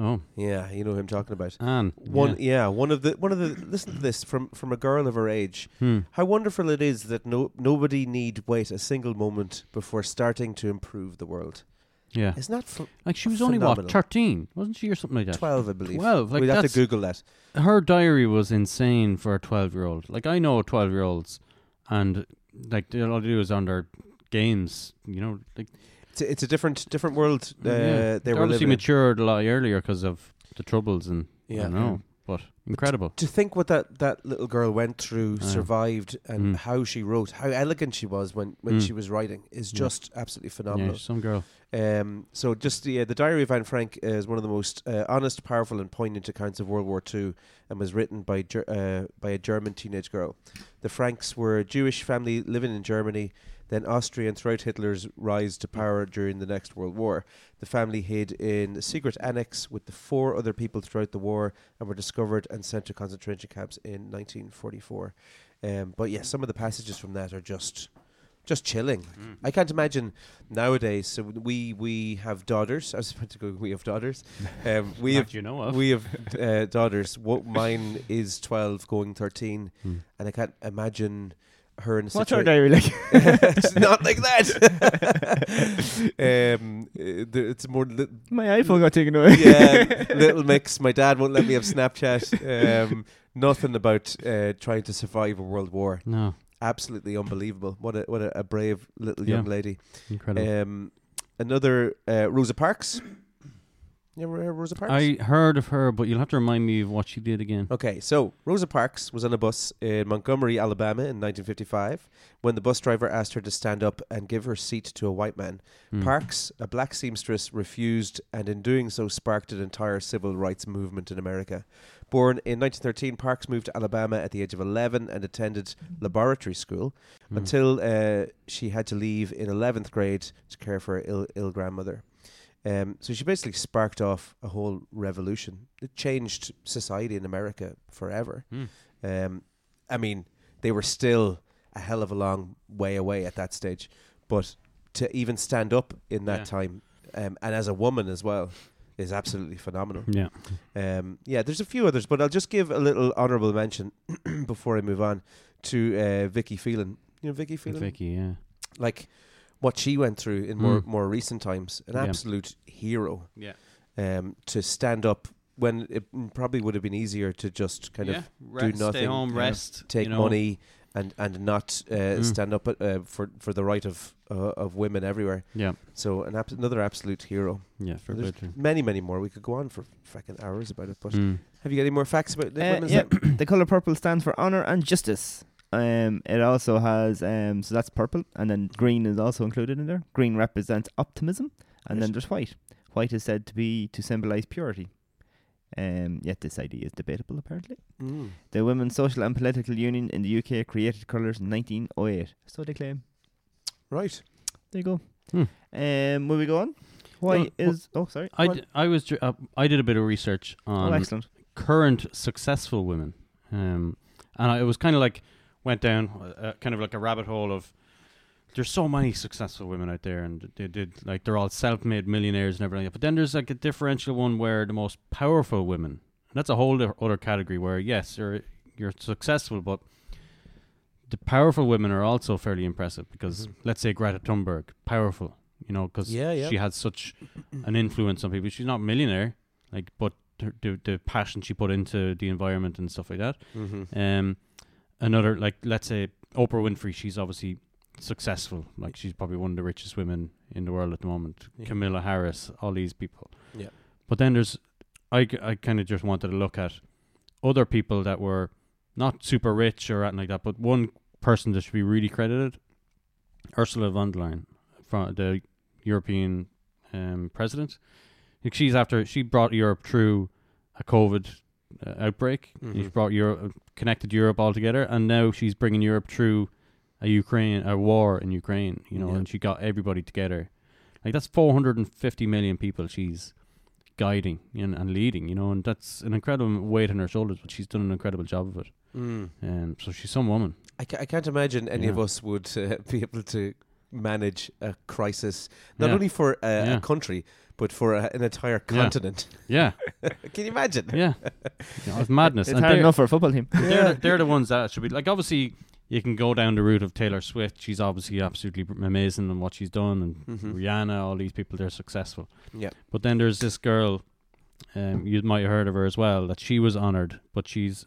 S4: Oh,
S2: Yeah, you know who I'm talking about.
S4: Anne.
S2: One,
S4: Yeah.
S2: yeah, one of the one of the. Listen to this from from a girl of her age.
S4: Hmm.
S2: How wonderful it is that no nobody need wait a single moment before starting to improve the world.
S4: Yeah.
S2: It's not for
S4: Like she was only
S2: phenomenal.
S4: what thirteen, wasn't she, or something like that?
S2: twelve, I believe.
S4: 12, like
S2: We'd have to
S4: that's-
S2: Google that.
S4: Her diary was insane for a twelve-year-old. Like I know twelve-year-olds, and like they- all they do is on their games. You know, like
S2: It's a, it's a different different world uh,
S4: yeah.
S2: they were
S4: obviously
S2: living. in.
S4: matured a lot earlier because of the troubles and I don't know, but incredible.
S2: To think what that, that little girl went through,
S4: Yeah.
S2: survived, and
S4: Mm.
S2: how she wrote, how elegant she was when, when
S4: Mm.
S2: she was writing is
S4: Yeah.
S2: just absolutely
S4: Yeah,
S2: phenomenal.
S4: she's some girl.
S2: Um, so just the, uh, the Diary of Anne Frank is one of the most uh, honest, powerful, and poignant accounts of World War II, and was written by Ger- uh, by a German teenage girl. The Franks were a Jewish family living in Germany, then Austria, and throughout Hitler's rise to power during the next World War. The family hid in a secret annex with the four other people throughout the war, and were discovered and sent to concentration camps in 1944. Um, but yeah, some of the passages from that are just just chilling.
S4: Mm.
S2: I can't imagine nowadays. So we we have daughters. I was about to go. We have daughters. Um, we
S4: Not
S2: have
S4: you know of.
S2: we have uh, daughters. What mine is twelve, going thirteen,
S4: Hmm.
S2: and I can't imagine her in a
S3: What's her
S2: situation.
S3: diary like?
S2: it's not like that. um, uh, the- it's more. Li-
S3: My iPhone got taken away.
S2: yeah, little mix. My dad won't let me have Snapchat. Um, nothing about uh, trying to survive a world war.
S4: No,
S2: Absolutely unbelievable. What a what a, a brave little
S4: Yeah.
S2: young lady.
S4: incredible.
S2: Um, another uh, Rosa Parks. You ever heard of Rosa Parks?
S4: I heard of her, but you'll have to remind me of what she did again.
S2: Okay, so Rosa Parks was on a bus in Montgomery, Alabama in 1955 when the bus driver asked her to stand up and give her seat to a white man.
S4: Hmm.
S2: Parks, a black seamstress, refused and in doing so sparked an entire civil rights movement in America. Born in 1913, Parks moved to Alabama at the age of 11 and attended laboratory school
S4: Mm.
S2: until uh, she had to leave in 11th grade to care for her ill, ill grandmother. Um, so she basically sparked off a whole revolution. It changed society in America forever.
S4: Mm.
S2: Um, I mean, they were still a hell of a long way away at that stage, but to even stand up in that
S4: Yeah.
S2: time, um, and as a woman as well, is absolutely phenomenal.
S4: Yeah.
S2: Um, yeah, there's a few others, but I'll just give a little honourable mention before I move on to uh, Vicky Phelan. You know Vicky Phelan,
S4: Vicky, yeah.
S2: like what she went through in more
S4: Mm.
S2: more recent times, an
S4: Yeah.
S2: absolute hero.
S4: Yeah.
S2: Um, to stand up when it probably would have been easier to just kind of
S4: rest, Stay
S2: nothing,
S4: home,
S2: yeah.
S4: rest.
S2: take
S4: you know.
S2: money and and not uh,
S4: Mm.
S2: stand up uh, for for the right of uh, of women everywhere.
S4: Yeah.
S2: So an abs- another absolute hero.
S4: Yeah, for
S2: There's
S4: better.
S2: many many more. We could go on for fucking hours about it. But
S4: Mm.
S2: have you got any more facts about the
S3: Uh,
S2: women's?
S3: yeah, the color purple stands for honor and justice. Um, it also has um, so that's purple, and then green is also included in there. Green represents optimism, and then
S2: Yes.
S3: there's white. White is said to be to symbolize purity. Um, yet this idea is debatable. Apparently,
S2: Mm.
S3: the Women's Social and Political Union in the UK created colours in 1908. So they claim.
S2: Right.
S3: There you go.
S4: Hmm.
S3: Um, will we go on? Why
S4: Well, well-
S3: is oh sorry?
S4: I,
S3: What?
S4: d- um, I was dr- uh, I did a bit of research
S3: oh,
S4: on
S3: excellent.
S4: current successful women, um, and I, it was kind of like went down uh, kind of like a rabbit hole of there's so many successful women out there, and they did like they're all self-made millionaires and everything. But then there's like a differential one where the most powerful women, and that's a whole di- other category where yes, you're you're successful, but the powerful women are also fairly impressive because
S2: Mhm.
S4: let's say Greta Thunberg, powerful, you know, because
S2: Yeah, yeah.
S4: she had such an influence on people. She's not a millionaire, like, but her, the the passion she put into the environment and stuff like that.
S2: Mm-hmm.
S4: Um, another like let's say Oprah Winfrey, she's obviously successful. Like she's probably one of the richest women in the world at the moment.
S2: Yeah.
S4: Camilla Harris, all these people.
S2: Yeah.
S4: But then there's, I kind of just wanted to look at other people that were not super rich or anything like that, but one person that should be really credited, Ursula von der Leyen, from the European um, president. Like she's after she brought Europe through a COVID uh, outbreak.
S3: Mm-hmm.
S2: Mhm.
S4: She's brought Europe, connected Europe all together, and now she's bringing Europe through a Ukraine, a war in Ukraine. You know,
S2: Yeah.
S4: and she got everybody together. Like that's 450 million people she's guiding and, and leading. You know, and that's an incredible weight on her shoulders, but she's done an incredible job of it.
S2: Mm.
S4: Um, so she's some woman.
S2: I, ca- I can't imagine any of
S4: Yeah.
S2: us would uh, be able to manage a crisis, not
S4: Yeah.
S2: only for uh,
S4: Yeah.
S2: a country, but for a, an entire continent.
S4: Yeah,
S2: Can you imagine?
S4: yeah. You know, it's madness.
S3: It's
S4: and
S3: hard
S4: they're-
S3: enough for a football team.
S4: they're the, they're the ones that should be like obviously you can go down the route of Taylor Swift. She's obviously absolutely br- amazing in what she's done, and
S2: Mhm.
S4: Rihanna, all these people, they're successful.
S2: Yeah.
S4: But then there's this girl, um, you might have heard of her as well, that she was honored, but she's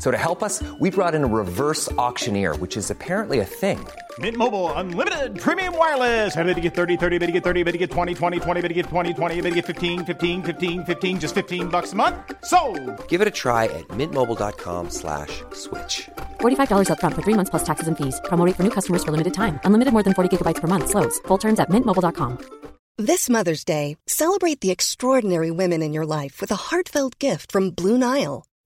S6: So to help us, we brought in a reverse auctioneer, which is apparently a thing.
S7: Mint Mobile unlimited premium wireless. Ready to get 30, 30, bet you get 30, bet you get 20, 20, 20, bet you get 20, 20, bet you get 15, 15, 15, 15 just 15 bucks a month. So,
S6: Give it a try at mintmobile.com slash switch.
S8: $45 up front for three months plus taxes and fees. Promoting for new customers for limited time. Unlimited more than 40 gigabytes per month. Slows. Full terms at mintmobile.com.
S9: This Mother's Day, celebrate the extraordinary women in your life with a heartfelt gift from Blue Nile.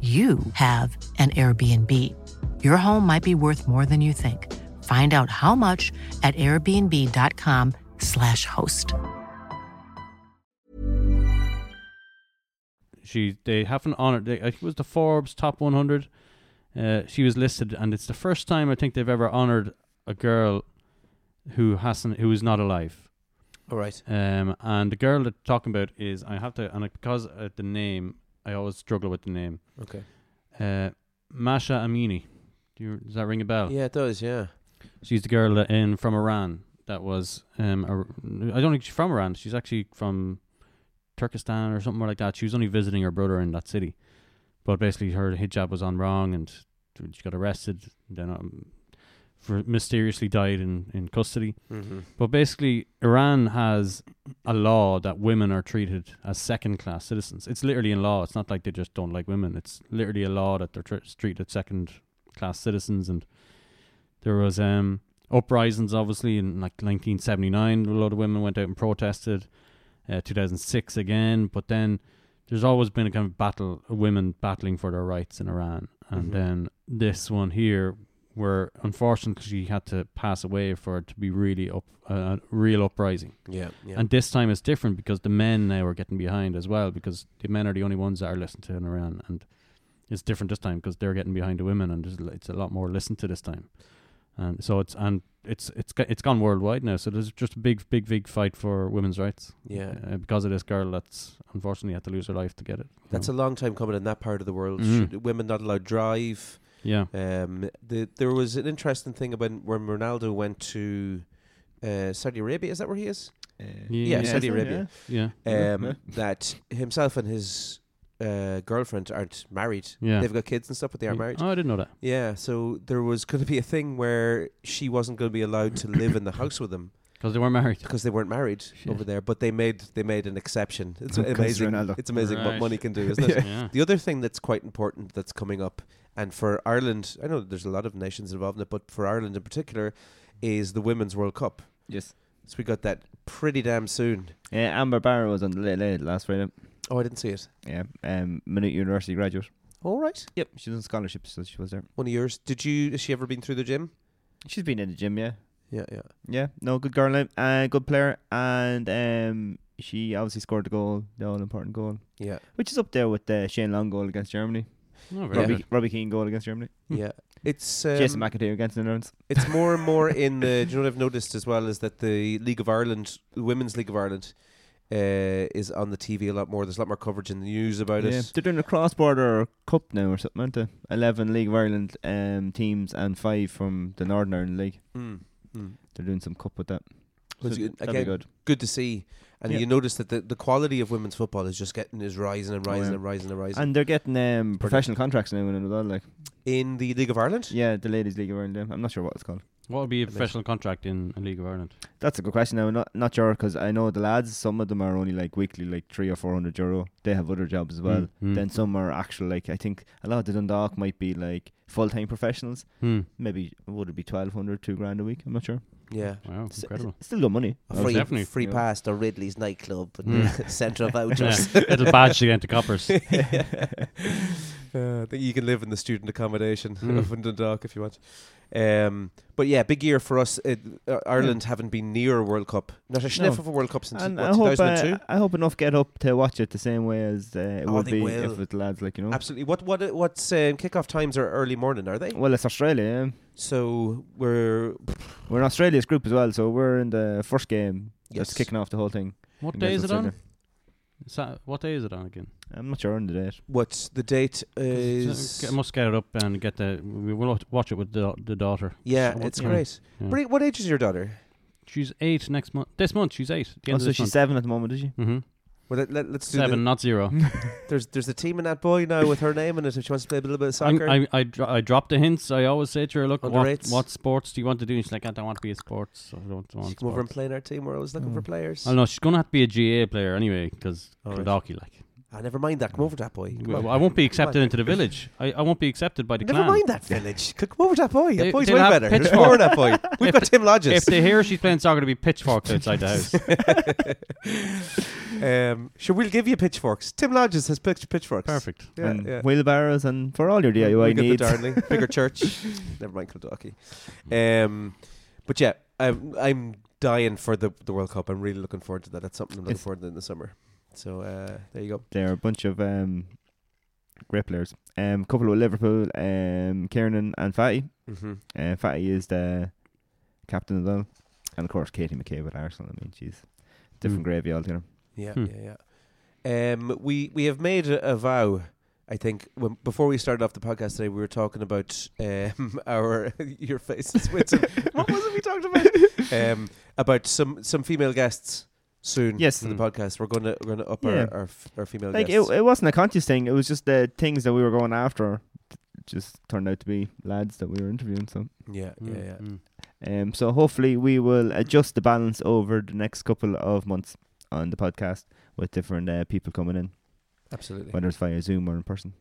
S10: you have an Airbnb. Your home might be worth more than you think. Find out how much at airbnb.com/slash host.
S4: She they haven't honored. They, I think it was the Forbes top 100. Uh, she was listed, and it's the first time I think they've ever honored a girl who hasn't who is not alive.
S2: All right.
S4: Um, and the girl that they're talking about is I have to, and I, because uh, the name, I always struggle with the name.
S2: Okay.
S4: Uh, Masha Amini. Do you, does that ring a bell?
S2: Yeah, it does. Yeah.
S4: She's the girl that- in from Iran. That was um, a, I don't think she's from Iran. She's actually from Turkestan or somewhere like that. She was only visiting her brother in that city, but basically her hijab was on wrong and she got arrested. Then um, for mysteriously died in in custody.
S2: Mm-hmm.
S4: But basically, Iran has a law that women are treated as second class citizens. It's literally in law. It's not like they just don't like women. It's literally a law that they're tr- treated second class citizens. And there was um, uprisings, obviously, in like 1979. A lot of women went out and protested. Uh, 2006 again. But then there's always been a kind of battle, women battling for their rights in Iran. And
S2: Mhm.
S4: then this one here where unfortunately she had to pass away for it to be really up a a real uprising.
S2: Yeah. Yeah.
S4: And this time it's different because the men now are getting behind as well because the men are the only ones that are listened to in Iran, and it's different this time because they're getting behind the women, and there's, it's a lot more listened to this time. And so it's and it's it's go- it's gone worldwide now. So there's just a big big big fight for women's rights.
S2: yeah.
S4: uh, because of this girl that's unfortunately had to lose her life to get it. you
S2: That's a
S4: know.
S2: long time coming in that part of the world.
S4: Mhm.
S2: Should- women not allowed drive.
S4: yeah.
S2: Um, the, there was an interesting thing about when Ronaldo went to uh, Saudi Arabia. Is that where he is? Yeah, Saudi Arabia.
S4: yeah,
S3: Yeah,
S2: um,
S3: yeah.
S2: that himself and his uh, girlfriend aren't married.
S4: Yeah.
S2: They've got kids and stuff, but they aren't married.
S4: Oh, I didn't know that.
S2: Yeah, so there was going to be a thing where she wasn't going to be allowed to live in the house with him
S4: Because they weren't married.
S2: because they weren't married over there. But they made they made an exception. It's
S3: 'Cause
S2: amazing.
S3: Ronaldo.
S2: It's amazing what
S4: Right.
S2: money can do, isn't it?
S4: Yeah. Oh,
S2: The other thing that's quite important that's coming up, and for Ireland, I know there's a lot of nations involved in it, but for Ireland in particular, is the Women's World Cup.
S3: Yes.
S2: So we got that pretty damn soon.
S3: Yeah, Amber Barrow was on the late late last Friday.
S2: Oh, I didn't see it.
S3: Yeah, um, Minute University graduate.
S2: All right.
S3: Yep, she's on scholarship, so she was there.
S2: One of yours. Did you? Has she ever been through the gym?
S3: She's been in the gym, yeah.
S2: Yeah, yeah.
S3: Yeah, no, good girl, and uh, good player, and um, she obviously scored the goal, the all important goal,
S2: Yeah.
S3: which is up there with the Shane Long goal against Germany,
S4: Oh, very
S3: Robbie,
S4: good.
S3: Robbie Keane goal against Germany,
S2: Yeah. It's um,
S3: Jason McAteer against the Netherlands.
S2: it's more and more in the. Do you know what I've noticed as well is that the League of Ireland, the Women's League of Ireland, uh, is on the TV a lot more. There's a lot more coverage in the news about
S3: Yeah,
S2: it.
S3: they're doing a cross-border cup now or something, aren't they? Eleven League of Ireland um, teams and five from the Northern Ireland League.
S2: Mm. Mm.
S3: They're doing some cup with that. So
S2: Which is-
S3: that'd be
S2: again,
S3: good.
S2: good to see. And
S3: Yeah.
S2: you notice that the, the quality of women's football is just getting is rising and
S3: Oh,
S2: rising
S3: yeah.
S2: and rising and rising.
S3: And they're getting um, professional contracts now and all that. Like,
S2: in the League of Ireland,
S3: yeah, the Ladies League of Ireland. yeah. I'm not sure what it's called.
S4: What would be a professional contract in a League of Ireland?
S3: That's a good question. Now, not not sure because I know the lads. Some of them are only like weekly, like three or four hundred euro. They have other jobs as well.
S4: Mm.
S3: Then some are actual, like I think a lot of the Dundalk might be like full time professionals.
S4: Hmm.
S3: Maybe would it be 1200 two grand a week? I'm not sure.
S2: yeah.
S4: Wow,
S3: S-
S4: incredible.
S3: s- still good money.
S2: A
S4: Oh,
S2: free,
S4: definitely.
S2: free
S3: Yeah.
S2: pass to Ridley's nightclub and
S4: Mm.
S2: centre of
S4: Yeah.
S2: vouchers.
S4: Little badge you get into coppers.
S2: Uh, I think you can live in the student accommodation
S3: Hmm.
S4: Mm.
S2: of in Dundalk if you want. Um, but yeah, big year for us. It, uh, Ireland haven't been near a World Cup. Not a sniff
S3: Hmm. No.
S2: of a World Cup since
S3: And
S2: what,
S3: I hope uh,
S2: 2002.
S3: I hope enough get up to watch it the same way as uh, it
S2: Oh,
S3: would
S2: they
S3: be
S2: will.
S3: if it's lads, like you know.
S2: Absolutely. What what what's um, kickoff times are early morning, are they?
S3: Well, it's Australia. Yeah.
S2: So we're
S3: We're in Australia's group as well, so we're in the first game
S2: Yes.
S3: that's kicking off the whole thing.
S4: What day is
S3: Against
S4: it on?
S3: Australia.
S4: Sa- what day is it on again?
S3: I'm not sure on the date.
S2: what's the date
S4: I
S2: is?
S4: must get it up and get the. We will watch it with the, the daughter.
S2: Yeah,
S4: So what-
S2: it's
S4: yeah.
S2: great.
S4: Yeah.
S2: Bri- What age is your daughter?
S4: She's eight next month. This month she's eight. The
S3: Oh,
S4: end
S3: so
S4: of this
S3: she's seven at the moment, is she?
S4: month. hmm
S2: Well, let, let, us do the-
S4: Seven, not zero.
S2: there's there's a team in that boy now with her name in it. If she wants to play a little bit of
S4: I'm-
S2: soccer,
S4: I, I, dro- I dropped the hints. I always say to her, look, what,
S2: Underrates.
S4: what sports do you want to do? And she's like, I don't want to be a sports. I don't want
S2: she come over and
S4: sports.
S2: play in our team. We're always looking
S3: Hmm.
S2: for players.
S4: I don't know. She's going to have to be a GA player anyway because
S2: All right.
S4: Kildaki, like.
S2: Ah, never mind that. Come over to that boy. Come
S4: Well,
S2: on.
S4: I won't be
S2: Come on.
S4: accepted into the village. I, I won't be accepted by the
S2: Never
S4: clan.
S2: mind that village. C- Come over to that boy. That
S4: They-
S2: boy's
S4: they'll
S2: way
S4: have
S2: better. Come
S4: pitchfork.
S2: over to that boy. We've
S4: If
S2: got Tim
S4: If
S2: Lodges.
S4: they hear she's playing soccer, to be pitchforked outside the house.
S2: um, sure, we'll give you pitchforks. Tim Lodges has pitch- pitchforks.
S4: Perfect.
S2: Yeah,
S3: and
S2: yeah.
S3: wheelbarrows and for all your
S2: We'll- we'll
S3: DIY
S2: get the
S3: needs.
S2: Darnley. Bigger church. Never mind Kildaki. Um, but yeah, I'm, I'm dying for the, the World Cup. I'm really looking forward to that. That's something I'm looking
S3: It's-
S2: forward to in the summer. So uh, there you go.
S3: They're a bunch of um, great players. Um, couple with Liverpool, um, Kieran and Fatty.
S2: Mm-hmm.
S3: Uh, Fatty is the captain as well, and of course Katie McCabe with Arsenal. I mean, she's different
S2: Hmm.
S4: Mm.
S3: gravy altogether.
S2: Yeah,
S4: Hmm.
S2: yeah, yeah. Um, we we have made a, a vow. I think when, before we started off the podcast today, we were talking about um, our your faces with some, what was it we talked about? Um, about some some female guests soon.
S3: Yes.
S2: for the
S4: Hmm.
S2: podcast, we're going to we're going to up
S3: Yeah.
S2: our, our f- our female
S3: Like it,
S2: guests.
S3: it wasn't a conscious thing. It was just the things that we were going after. Just turned out to be lads that we were interviewing. So,
S2: yeah, yeah, yeah.
S4: Mm.
S3: um, so hopefully we will adjust the balance over the next couple of months on the podcast with different uh, people coming in,
S2: Absolutely.
S3: whether it's via Zoom or in person.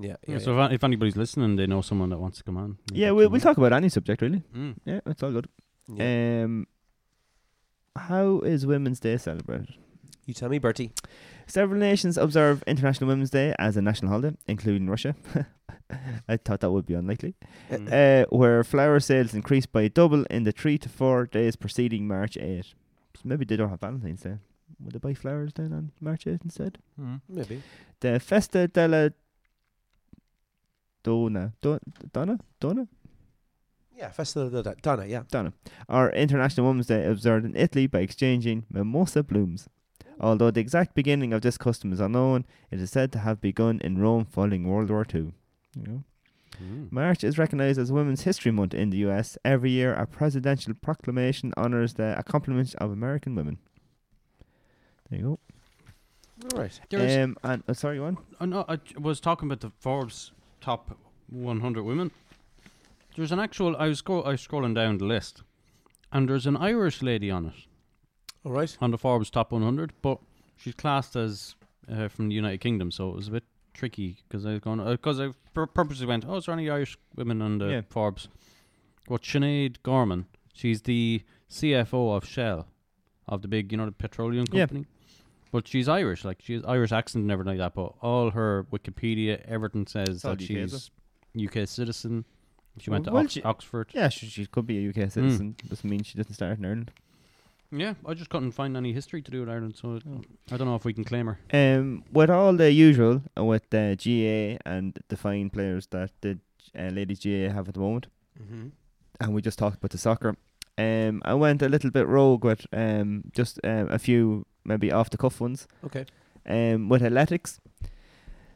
S2: Yeah,
S4: Yeah,
S2: yeah.
S4: so if, if anybody's listening, they know someone that wants to come on.
S3: Yeah,
S4: let
S3: we'll,
S4: them
S3: we'll
S4: know.
S3: talk about any subject really.
S4: Mm.
S3: Yeah, it's all good.
S2: yeah.
S3: Um, how is Women's Day celebrated?
S2: you tell me, Bertie.
S3: Several nations observe International Women's Day as a national holiday, including Russia. I thought that would be unlikely.
S4: Mm.
S3: Uh, where flower sales increased by double in the three to four days preceding March 8. So maybe they don't have Valentine's Day. Would they buy flowers then on March 8 instead?
S4: Mm.
S2: Maybe.
S3: The Festa della Donna, Don- Donna, Donna,
S2: Yeah, Festival of the Donna. Yeah.
S3: Donna, or International Women's Day observed in Italy by exchanging mimosa blooms. Although the exact beginning of this custom is unknown, it is said to have begun in Rome following World War Two. You know?
S4: Mm.
S3: March is recognized as Women's History Month in the US. Every year, a presidential proclamation honors the accomplishments of American women. There you
S2: All right.
S3: go.
S4: There's-
S3: um, and oh, sorry, one.
S4: I know. I j- was talking about the Forbes top 100 women. There's an actual. I was scroll. I was scrolling down the list, and there's an Irish lady on it
S2: All right.
S4: on the Forbes top 100, but she's classed as uh, from the United Kingdom, so it was a bit tricky because I was going because I pur- purposely went. Oh, is there any Irish women on the
S3: Yeah.
S4: Forbes? Well, Sinead Gorman. She's the CFO of Shell, of the big, you know, the petroleum
S3: Yeah.
S4: company. But she's Irish, like she has Irish accent and everything like that. But all her Wikipedia, everything says
S3: all
S4: that
S3: UK, is
S4: she's UK citizen. She went to
S3: Well,
S4: Ox-
S3: she-
S4: Oxford.
S3: Yeah, she, she could be a UK citizen. Doesn't mean she doesn't start in Ireland.
S4: Yeah, I just couldn't find any history to do with Ireland, so
S3: Oh.
S4: I don't know if we can claim her.
S3: Um, with all the usual, uh, with the GA and the fine players that the uh, ladies GA have at the moment,
S2: Mhm.
S3: and we just talked about the soccer. Um, I went a little bit rogue with um just um, a few maybe off the cuff ones.
S2: Okay.
S3: Um, with athletics.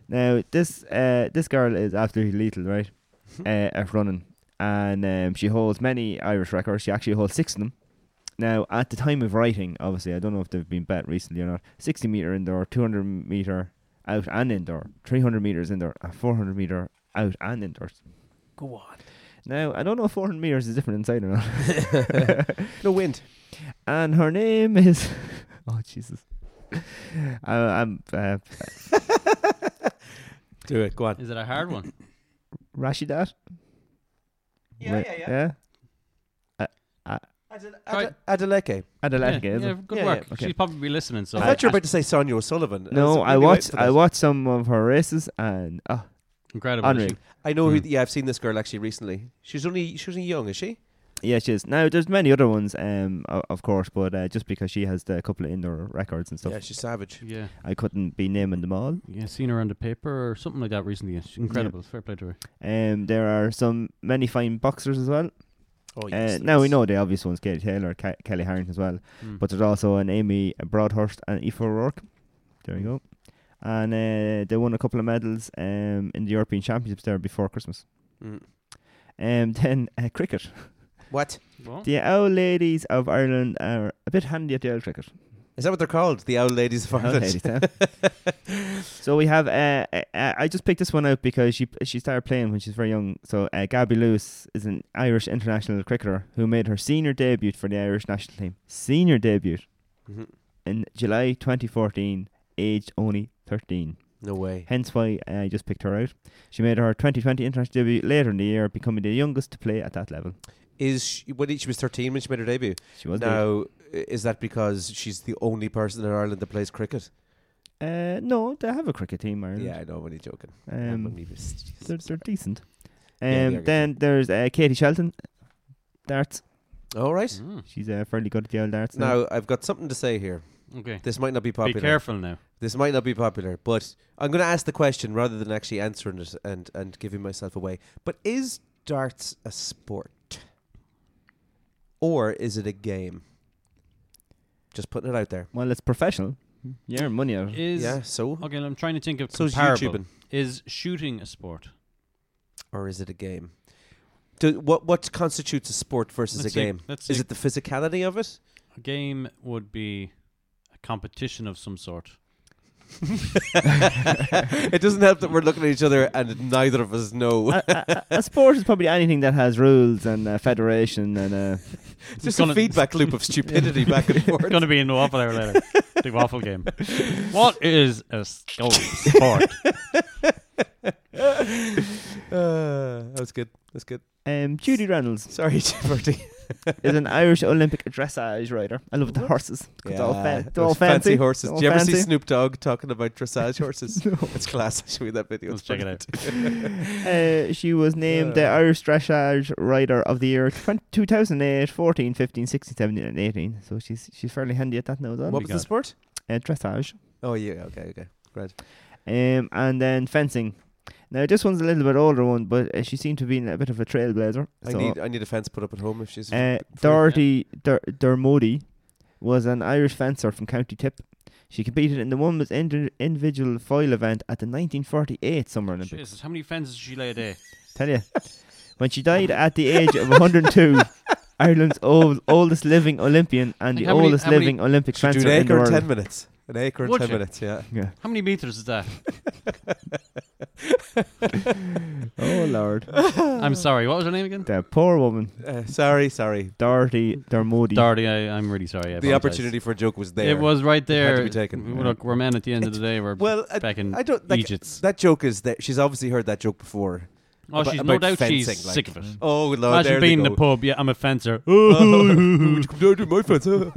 S3: Now this uh this girl is absolutely lethal, right? uh, at running, and um, she holds many Irish records. She actually holds six of them. Now, at the time of writing, obviously, I don't know if they've been bet recently or not. 60 meter indoor, 200 meter out and indoor, 300 meters indoor, and 400 meter out and indoors.
S2: Go on.
S3: Now, I don't know if 400 meters is different inside or not.
S2: No wind.
S3: and her name is. Oh, Jesus. I, I'm uh,
S2: Do it. Go on.
S4: Is it a hard one?
S3: Rashidat?
S5: Yeah,
S3: Right-
S5: yeah, yeah.
S3: Yeah?
S4: Try-
S2: Adeleke.
S3: Adeleke,
S4: yeah,
S3: is it?
S4: yeah, good
S3: Yeah,
S4: work.
S3: yeah, okay.
S4: She's probably listening. So
S2: I thought you were about to say Sonia O'Sullivan. and was
S3: No,
S2: like,
S3: I
S2: maybe wait
S3: watched
S2: for
S3: I
S2: this.
S3: watched some of her races and oh,
S4: incredible.
S3: unreal.
S4: She-
S2: I know who. Yeah, I've seen this girl actually recently. She's only she's only young, is she?
S3: Yeah, she is. Now, there's many other ones, um, o- of course, but uh, just because she has the couple of indoor records and stuff,
S2: Yeah, she's savage.
S4: Yeah,
S3: I couldn't be naming them all.
S4: yeah, seen her on the paper or something like that recently. It's incredible. Fair play to her.
S3: Um, there are some many fine boxers as well.
S2: Oh
S3: Uh,
S2: yes.
S3: now we know the obvious ones: Katie Taylor, Ke- Kelly Harrington as well.
S4: Mm.
S3: But there's also an Amy Broadhurst and Aoife O'Rourke. There you go. And uh, they won a couple of medals um, in the European Championships there before Christmas.
S2: Mm.
S3: Um, then uh, cricket.
S2: What
S4: Well,
S3: The old ladies of Ireland are a bit handy at the old cricket.
S2: is that? What they're called? The old ladies of
S3: Old
S2: Ireland.
S3: ladies, huh? So we have. Uh, uh, uh, I just picked this one out because she she started playing when she's very young. So uh, Gabby Lewis is an Irish international cricketer who made her senior debut for the Irish national team. Senior debut
S2: Mhm.
S3: in July 2014, aged only 13.
S2: No way.
S3: Hence why I just picked her out. She made her 2020 international debut later in the year, becoming the youngest to play at that level.
S2: Is she, when she was thirteen when she made her debut?
S3: She was. the-
S2: now, i- is that because she's the only person in Ireland that plays cricket?
S3: Uh, no, they have a cricket team, Ireland.
S2: Yeah, I know. I'm only joking. I'm
S3: Um,
S2: only just-
S3: they're, they're decent.
S2: Yeah,
S3: Um,
S2: they are good.
S3: then there's uh, Katie Shelton, darts.
S2: All right.
S4: mm,
S3: She's uh, fairly good at the old darts.
S2: Now I've got something to say here.
S4: okay.
S2: This might not be
S4: Be
S2: popular.
S4: careful now.
S2: This might not be popular, but I'm going to ask the question rather than actually answering it and, and giving myself away. But is darts a sport? Or is it a game? Just putting it out there.
S3: Well, it's professional. You earn money out of it.
S4: Is
S2: yeah, so?
S4: okay. I'm trying to think of
S2: So is
S4: comparable.
S2: YouTubing.
S4: Is shooting a sport?
S2: Or is it a game? Do, what, what constitutes a sport versus
S4: Let's
S2: a
S4: say-
S2: game?
S4: let's
S2: Is
S4: say-
S2: it the physicality of it?
S4: A game would be a competition of some sort.
S2: it doesn't help that we're looking at each other and neither of us know.
S4: Uh,
S3: a, a- a- a sport is probably anything that has rules and uh, federation and uh,
S2: Just a
S4: gonna-
S2: feedback loop of stupidity back and
S4: It's
S2: forth.
S4: going to be in the waffle hour later. the waffle game. What is a skull sport?
S2: Uh, that was good. That's good.
S3: um, Judy Reynolds
S2: Sorry, Bertie.
S3: is an Irish Olympic dressage rider. I love the
S2: What?
S3: horses. 'cause They're all,
S2: Yeah,
S3: fan- they're
S2: those
S3: all fancy.
S2: horses.
S3: They're
S2: Do you
S3: all
S2: ever see
S3: fancy.
S2: Snoop Dogg talking about dressage horses?
S3: No.
S2: It's class. Show me that video.
S4: Let's
S2: It's
S4: check it out.
S3: Uh, she was named the
S2: Uh.
S3: Irish Dressage Rider of the Year 20- 2008, 14, 15, 16, 17, and 18. So she's she's fairly handy at that now, though.
S2: What was the
S4: God.
S2: sport?
S3: Uh, dressage.
S2: Oh yeah. Okay. Okay. Great.
S3: Um, and then fencing. Now, this one's a little bit older one, but uh, she seemed to be a bit of a trailblazer.
S2: I
S3: So,
S2: need I need a fence put up at home if she's.
S4: Eh,
S3: uh,
S2: for-
S3: Dorothy Dur- Dermody was an Irish fencer from County Tip. She competed in the women's indi- individual foil event at the 1948 Summer Olympics.
S4: Jesus, how many fences did she lay a day?
S3: Tell you, when she died at the age of 102, Ireland's old, oldest living Olympian and
S4: Like
S3: the
S4: how many-
S3: oldest
S4: how many-
S3: living Olympic
S2: Should do
S3: fencer
S2: an
S3: in
S2: acre
S3: the
S2: in
S3: world.
S2: ten minutes. An acre in
S4: Would
S2: ten
S4: you?
S2: minutes. Yeah.
S3: yeah.
S4: How many meters is that?
S3: Oh lord,
S2: Mm.
S4: I'm sorry. What was her name again?
S3: the poor woman,
S2: Uh, sorry. Sorry.
S3: Dorothy Dermody.
S4: Darty. I, I'm really sorry. I
S2: The
S4: apologize.
S2: opportunity for a joke was there.
S4: It was right
S2: It had to
S4: there.
S2: be taken.
S4: Look, we're men at the end of the day. We're
S2: Well, I,
S4: back in
S2: I don't like
S4: Egypt.
S2: that joke is that she's obviously heard that joke before.
S4: Oh,
S2: about-
S4: she's no
S2: about
S4: doubt
S2: fencing,
S4: she's
S2: like-
S4: sick of it.
S2: Oh, Lord,
S4: Imagine
S2: there they
S4: being in the
S2: go. Oh,
S4: pub. Yeah, I'm a fencer.
S2: Would you come down to my fence?
S4: Do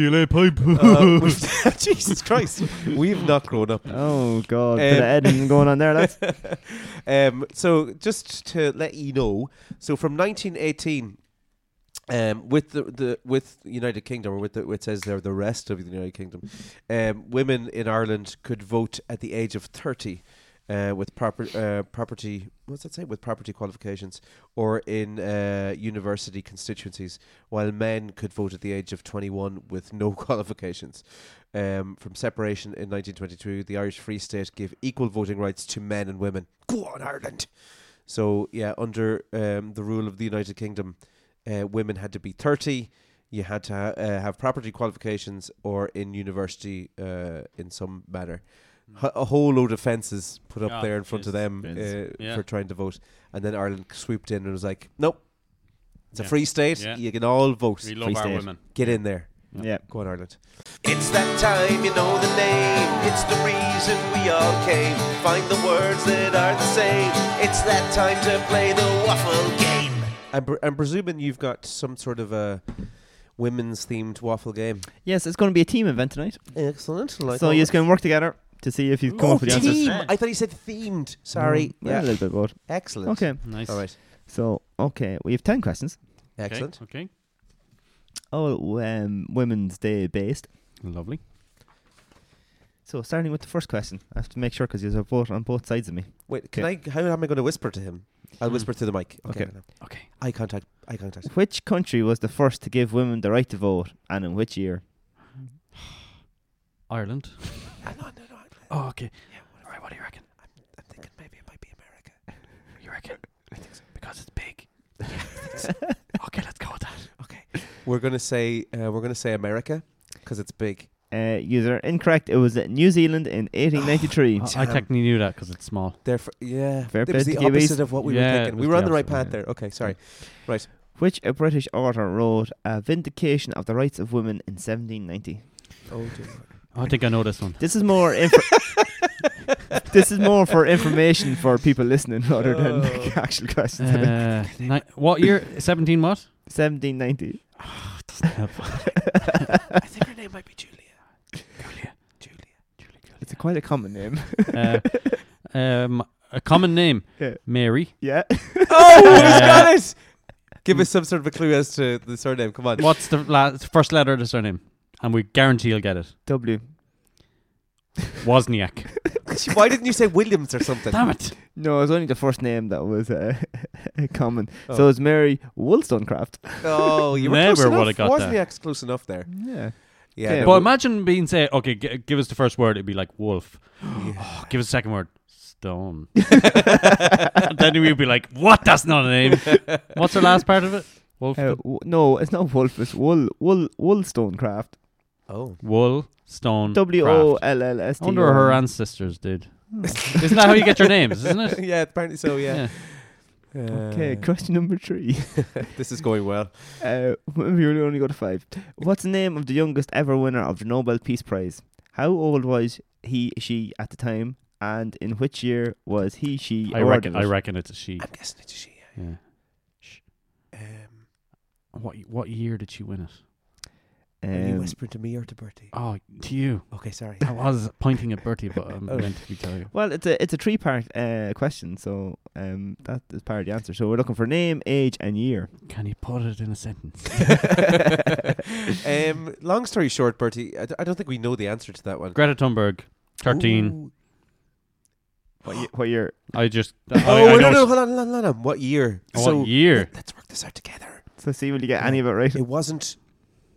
S4: you lay pipe?
S2: Uh, we've- Jesus Christ, we've not grown up.
S3: Oh god,
S2: Um,
S3: bit of editing going on there. That's
S2: um, so just to let you know, so from 1918, um, with the, the with the United Kingdom, or with the, it says there the rest of the United Kingdom, um, women in Ireland could vote at the age of 30. Uh, with proper, uh, property, what's that say? With property qualifications, or in uh, university constituencies, while men could vote at the age of 21 with no qualifications. Um, from separation in 1922, the Irish Free State gave equal voting rights to men and women. Go on, Ireland! So, yeah, under um, the rule of the United Kingdom, uh, women had to be 30. You had to ha- uh, have property qualifications or in university uh, in some matter. H- a whole load of fences put up
S4: Ah,
S2: there in front of
S4: Jesus.
S2: them
S4: Fence.
S2: uh,
S4: Yeah.
S2: for trying to vote. And then Ireland swooped in and was like, nope, it's a
S4: Yeah.
S2: free state.
S4: Yeah.
S2: You can all vote.
S4: We love
S3: Free
S4: our
S3: state.
S4: women.
S2: Get in there.
S3: yeah.
S2: Go on, Ireland.
S5: It's that time, you know the name. It's the reason we all came. Find the words that are the same. It's that time to play the waffle game.
S2: I'm, pre- I'm presuming you've got some sort of a women's themed waffle game.
S3: Yes, it's going to be a team event tonight.
S2: Excellent.
S3: so you can work together to see if you come
S2: oh,
S3: up with the answers.
S2: team. I thought you said themed. Sorry.
S3: Mm, yeah, a little bit bored. Mm.
S2: Excellent.
S3: Okay.
S4: Nice.
S2: All right.
S3: So okay, we have ten questions.
S4: Okay,
S2: Excellent.
S4: Okay.
S3: All um, Women's Day based.
S4: Lovely.
S3: So starting with the first question, I have to make sure because there's a vote on both sides of me.
S2: Wait, can I? How am I going to whisper to him? I'll
S4: Hmm.
S2: whisper to the mic.
S3: Okay.
S2: no, no.
S4: Okay.
S2: Eye contact. Eye contact.
S3: Which country was the first to give women the right to vote, and in which year?
S4: Ireland.
S2: Ah, no, no, no. I'm,
S4: Oh, okay. All right. What do you reckon?
S2: I'm thinking maybe it might be America.
S4: You reckon? Because it's big. okay, let's go with that.
S2: We're gonna say uh, we're gonna say America because it's big.
S3: Uh, user incorrect. It was uh, New Zealand in 1893.
S4: I technically knew that because it's small.
S2: Therefore, yeah,
S3: Fair
S2: it was
S3: play
S2: the
S3: to Kiwis.
S2: opposite of what we
S4: Yeah,
S2: were
S4: it
S2: thinking.
S4: was
S2: We were
S4: the
S2: on the right
S4: opposite,
S2: path
S4: yeah.
S2: there. Okay, sorry. Right.
S3: Which a British author wrote a vindication of the rights of women in 1790.
S2: Oh,
S4: Oh, I think I know this one.
S3: This is more. Infor- this is more for information for people listening rather than
S2: Oh.
S3: actual questions.
S4: Uh, ni- what year? Seventeen. What?
S3: 1790.
S2: I think her name might be Julia.
S4: Julia.
S2: Julia.
S4: Julia.
S3: It's a quite a common name.
S4: uh, um, a common name,
S3: Yeah.
S4: Mary.
S3: yeah.
S2: Oh,
S4: Uh,
S2: he's got it. Give us some sort of a clue as to the surname. Come on.
S4: What's the la- first letter of the surname? And we guarantee you'll get it.
S3: W.
S4: Wozniak.
S2: Why didn't you say Williams or something?
S4: Damn it.
S3: No, it was only the first name that was uh, common.
S2: Oh.
S3: So it's Mary Wollstonecraft.
S2: Oh, you were
S4: Never
S2: close
S4: would've
S2: enough.
S4: got
S2: Wasn't
S4: that.
S2: X close enough there?
S3: Yeah.
S2: Yeah.
S3: Okay.
S2: no,
S4: But
S2: we-
S4: imagine being say, okay, g- give us the first word. It'd be like wolf. Oh, give us a second word. Stone.
S3: Uh,
S4: And then we'd be like, what? That's not a name. What's the last part of it? Wolf.
S3: Uh, w- no, it's not Wolf. It's Wool Wool Wollstonecraft.
S2: oh,
S4: Wool. Stone.
S3: W
S4: craft.
S3: O L L S
S4: I
S3: T.
S4: wonder where her ancestors did. Isn't that how you get your names, isn't it?
S2: yeah. Apparently so. Yeah.
S3: Okay,
S2: Uh,
S3: question number three.
S2: this is going well.
S3: Uh, we really only got to five. What's the name of the youngest ever winner of the Nobel Peace Prize? How old was he, she at the time, and in which year was he, she?
S4: I
S3: awarded
S4: reckon, I
S3: it?
S4: reckon it's a she.
S2: I'm guessing it's she.
S4: Yeah.
S2: Um,
S4: What what year did she win it?
S2: are you
S3: Um,
S2: whispering to me or to Bertie?
S4: Oh, to you.
S2: Okay, sorry.
S4: I was pointing at Bertie, but I meant to tell you.
S3: Well, it's a it's a three part uh, question, so um, that is part of the answer. So we're looking for name, age, and year.
S4: Can you put it in a sentence?
S2: um, long story short, Bertie, I, d- I don't think we know the answer to that one.
S4: Greta Thunberg, thirteen.
S2: Ooh.
S3: What year? What year?
S4: I just.
S2: Oh,
S4: I, I
S2: no,
S4: don't-
S2: no, hold on, hold on, hold on. What year?
S4: What
S2: so
S4: year?
S2: Let's work this out together.
S3: So see, will you get any of it right?
S2: It wasn't.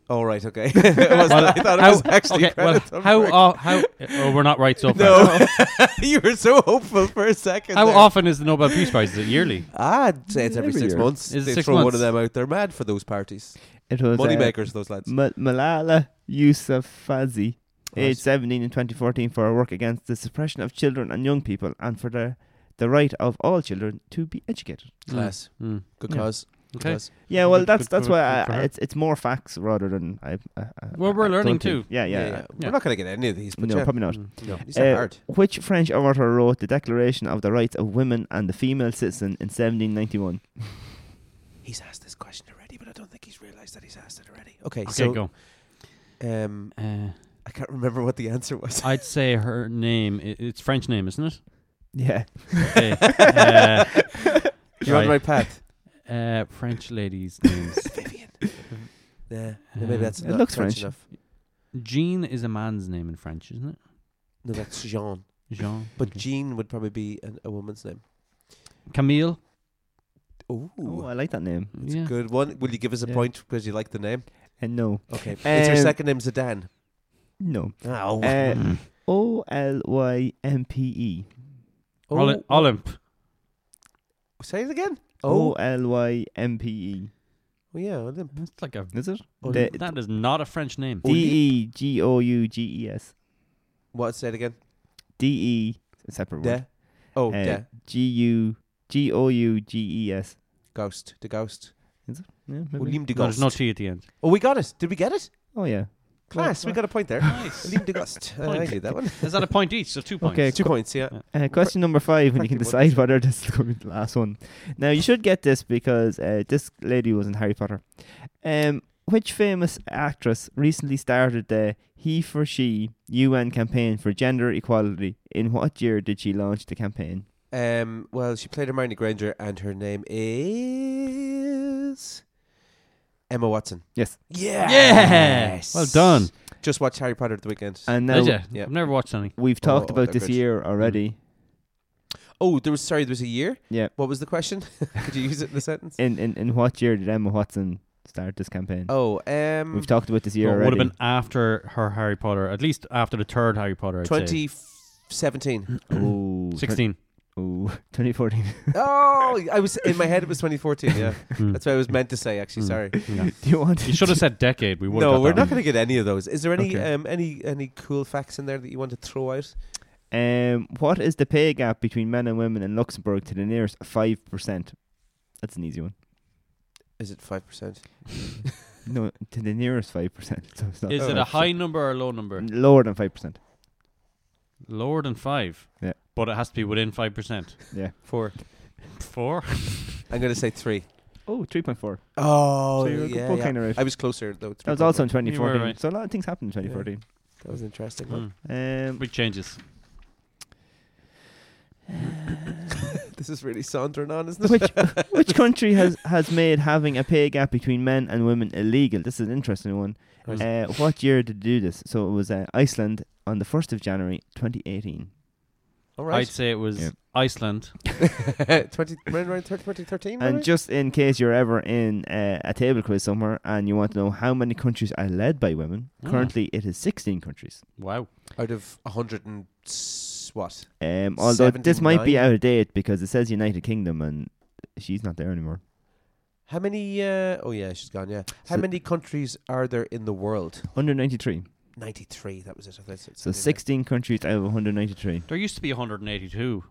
S2: All right, okay. It wasn't- I thought it
S4: how-
S2: was actually
S4: okay, well,
S2: Greta
S4: how
S2: Thunberg.
S4: o- how? Oh, we're not right so far.
S2: No, you were so hopeful for a second.
S4: How
S2: there.
S4: often is the Nobel Peace Prize? Is it yearly?
S2: Uh, I'd say it's every,
S3: Every
S2: six
S3: year.
S2: months.
S4: Is it
S2: they
S4: six
S2: throw one
S4: months?
S2: of them out. They're mad for those parties.
S3: It was
S2: Money
S3: uh,
S2: makers, those lads.
S3: Ma- Malala Yousafzai,
S2: Right.
S3: aged 17 in 2014, for her work against the suppression of children and young people, and for the the right of all children to be educated.
S2: Class.
S4: Mm.
S2: Good
S3: Yeah.
S2: cause.
S4: Okay. does.
S3: Yeah, well,
S4: Good-
S3: that's
S4: good
S3: that's
S4: for-
S3: why
S4: good for
S3: I,
S4: her.
S3: it's it's more facts rather than I. I, I
S4: Well, we're
S3: I
S4: learning
S3: don't think-
S4: too.
S3: Yeah, yeah.
S2: Yeah, yeah. We're not gonna get any of these, but
S3: no,
S2: yeah.
S3: probably Uh, not.
S2: Mm. No. These are hard.
S3: Which French orator wrote the Declaration of the Rights of Women and the Female Citizen in 1791?
S2: He's asked this question already, but I don't think he's realized that he's asked it already. Okay,
S4: Okay,
S2: so
S4: go.
S2: Um,
S4: Uh,
S2: I can't remember what the answer was.
S4: I'd say her name. i- It's French name, isn't it?
S3: Yeah.
S4: Okay. uh,
S2: You're on the right path.
S4: Uh, French ladies' names.
S2: Vivian. Uh, Yeah, maybe
S4: Um,
S2: that's
S3: It
S2: not
S3: looks
S2: French
S3: French.
S2: enough.
S4: Jean is a man's name in French, isn't it?
S2: No, that's Jean.
S4: Jean.
S2: But
S4: Okay.
S2: Jean would probably be an, a woman's name.
S4: Camille.
S2: Ooh,
S3: Oh, I like that name.
S2: it's
S4: yeah.
S2: a good one. Will you give us a
S3: Yeah.
S2: point because you like the name?
S3: And no,
S2: Okay, is your
S3: Um,
S2: second name Zidane?
S3: no.
S2: Oh,
S3: Uh, O L Y M P E.
S4: Oli- Olymp.
S2: Oh, say it again.
S3: O
S2: Oh,
S3: L Y M P E.
S2: well, yeah, Olymp.
S4: That's like a.
S3: Is it?
S4: Olymp. Oh, that is not a French name.
S2: Oh,
S3: D E G O U G E S.
S2: What? Say it again.
S3: D E. it's a Separate
S2: De.
S3: word.
S2: Oh,
S3: Uh,
S2: de.
S3: G U G O U G E S.
S2: Ghost. The ghost.
S3: Yeah, maybe.
S2: William de
S4: No, there's
S2: Ghost.
S4: no T at the end.
S2: Oh, we got it. Did we get it?
S3: Oh yeah.
S2: Class. We got a point there.
S4: Nice.
S2: William de Ghost. Uh, I
S4: Point.
S2: did that one.
S4: Is that a point each? So two points.
S3: Okay,
S2: Two points. Yeah.
S3: Uh, question number five, and you can
S2: Practically
S3: decide whether this is going to be the last one. Now, you should get this because uh, this lady was in Harry Potter. Um, which famous actress recently started the He for She UN campaign for gender equality? In what year did she launch the campaign?
S2: Um, well, she played Hermione Granger, and her name is Emma Watson.
S3: Yes.
S2: Yeah.
S4: Yes. Well done.
S2: Just watch Harry Potter at the weekend.
S3: And
S4: Did
S3: now
S4: ya?
S2: yeah.
S4: I've never watched any.
S3: we've talked
S2: Oh,
S3: about
S2: they're
S3: this
S2: good. Mm.
S3: year already.
S2: oh, there was sorry, there was a year.
S3: Yeah.
S2: What was the question? Could you use it in a sentence?
S3: In, in in what year did Emma Watson start this campaign?
S2: Oh, um,
S3: We've talked about this year
S4: Well, it would
S3: already.
S4: have been after her Harry Potter, at least after the third Harry Potter. I'd say.
S2: 2017.
S3: Ooh, twen-
S4: 16.
S3: ooh, 2014.
S2: oh, I was in my head. It was 2014. Yeah,
S4: Hmm.
S2: that's what I was meant to say. Actually,
S4: Mm.
S2: sorry.
S3: Do you want
S4: You
S3: to
S4: should have said decade. We would.
S2: No,
S4: have
S2: we're not going to get any of those. Is there any
S4: Okay.
S2: um, any any cool facts in there that you want to throw out?
S3: Um, what is the pay gap between men and women in Luxembourg to the nearest five percent? That's an easy one.
S2: Is it five percent?
S3: No, to the nearest five percent. So it's not
S4: Is
S2: Oh,
S4: it a
S3: 5%.
S4: high number or a low number?
S2: Mm.
S3: Lower than five percent.
S4: Lower than five.
S3: Yeah.
S4: But it has to be within five percent.
S3: Yeah.
S4: Four. Four.
S2: I'm going to say three.
S3: Oh, 3.4.
S2: Oh,
S3: so you're
S2: yeah,
S3: both
S2: yeah.
S3: kind of right.
S2: I was closer though.
S3: that was also in
S4: You were
S3: 2014.
S4: right.
S3: So a lot of things happened in 2014.
S2: that was an interesting. One.
S4: Mm.
S3: Um,
S4: Big changes.
S3: Um,
S2: This is really sauntering on, isn't it?
S3: which which country has has made having a pay gap between men and women illegal? This is an interesting one.
S4: Right.
S3: Uh, what year did they do this? So it was uh, Iceland on the first of January 2018.
S2: All
S4: I'd
S2: right,
S4: say it was
S3: Yeah.
S4: Iceland.
S2: 20 around, around 30, 2013.
S3: And just in case you're ever in uh, a table quiz somewhere and you want to know how many countries are led by women,
S4: Ah.
S3: currently it is 16 countries.
S4: Wow.
S2: out of 100 and s- what?
S3: Um, although this might be
S2: 79?
S3: out of date because it says United Kingdom and she's not there anymore.
S2: How many? Uh, oh yeah, she's gone. Yeah. How
S3: So-
S2: many countries are there in the world?
S3: 193.
S2: 93. That was it. I thought it said
S3: So
S2: something like-
S3: 16 countries out of 193.
S4: There used to be 182.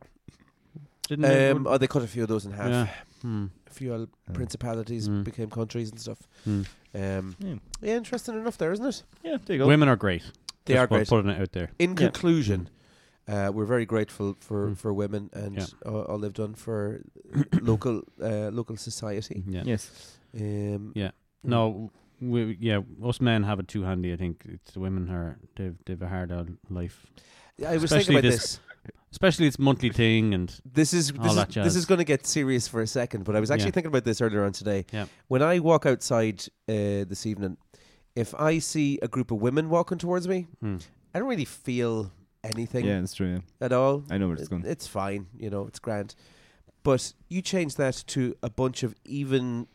S4: Didn't
S2: Um,
S4: everyone-
S2: oh, they cut a few of those in half.
S4: Yeah. Hmm.
S2: A few al- principalities
S4: Mm.
S2: became countries and stuff.
S4: Mm.
S2: Um,
S3: Yeah.
S2: yeah, interesting enough there, isn't it?
S3: Yeah, there you go.
S4: Women are great.
S2: They
S4: Just
S2: are
S4: pu-
S2: great.
S4: Putting it out there.
S2: in conclusion, uh, we're very grateful for,
S4: Mm.
S2: for women and
S4: Yeah.
S2: all, all they've done for local uh, local society.
S4: Yeah.
S3: Yes.
S2: Um,
S4: Yeah. No, we, yeah, us men have it too handy. I think it's the women are they've they've a hard old life.
S2: I was
S4: Especially
S2: thinking about
S4: this-
S2: this.
S4: Especially it's monthly thing and
S2: This is
S4: All
S2: this
S4: that
S2: is, this
S4: jazz.
S2: is going to get serious for a second, but I was actually
S4: Yeah.
S2: thinking about this earlier on today.
S4: Yeah.
S2: When I walk outside uh, this evening, if I see a group of women walking towards me,
S4: Hmm.
S2: I don't really feel anything
S3: Yeah, that's true. yeah.
S2: at all.
S3: I know where it's
S2: It-
S3: going.
S2: It's fine, you know, it's grand. But you change that to a bunch of even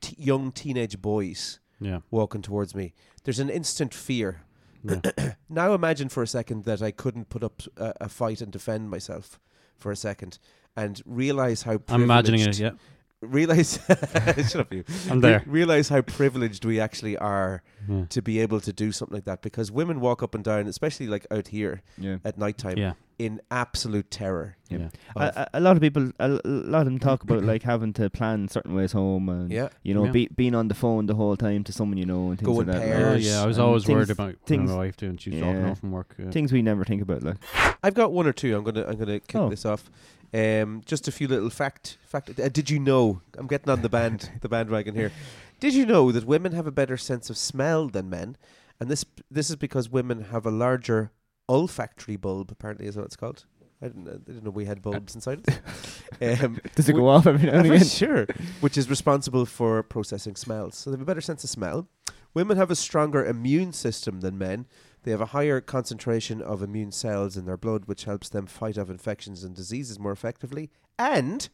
S2: t- young teenage boys
S4: yeah.
S2: walking towards me. There's an instant fear.
S4: Yeah.
S2: now imagine for a second that I couldn't put up a, a fight and defend myself for a second, and realize how
S4: I'm imagining it.
S2: privileged-
S4: Yeah,
S2: Realize, shut up, you.
S4: I'm there.
S2: Re- realize how privileged we actually are
S4: Yeah.
S2: to be able to do something like that because women walk up and down, especially like out here
S3: Yeah.
S2: at nighttime.
S4: Yeah.
S2: in absolute terror.
S3: Yeah. Oh,
S2: of-
S3: A, a a lot of people, a l- a lot of them talk about like having to plan certain ways home, and
S2: Yeah.
S3: you know,
S4: Yeah.
S3: be, being on the phone the whole time to someone you know, and things
S2: Going
S3: like that.
S2: pairs.
S4: Oh, yeah, I was
S3: And
S4: always
S3: things-
S4: worried about
S3: things-
S4: my wife doing. She's dropping
S3: yeah.
S4: off from work. Yeah.
S3: Things we never think about, like
S2: I've got one or two. I'm gonna I'm gonna kick
S3: Oh.
S2: this off. Um, just a few little fact fact. Uh, did you know? I'm getting on the band the bandwagon here. Did you know that women have a better sense of smell than men, and this this is because women have a larger olfactory bulb. Apparently, is what it's called. I didn't know, I didn't know we had
S3: Uh,
S2: bulbs inside. us. Um,
S3: does it
S2: we-
S3: go off every now and
S2: for
S3: again?
S2: Sure. Which is responsible for processing smells. So they have a better sense of smell. Women have a stronger immune system than men. They have a higher concentration of immune cells in their blood, which helps them fight off infections and diseases more effectively. And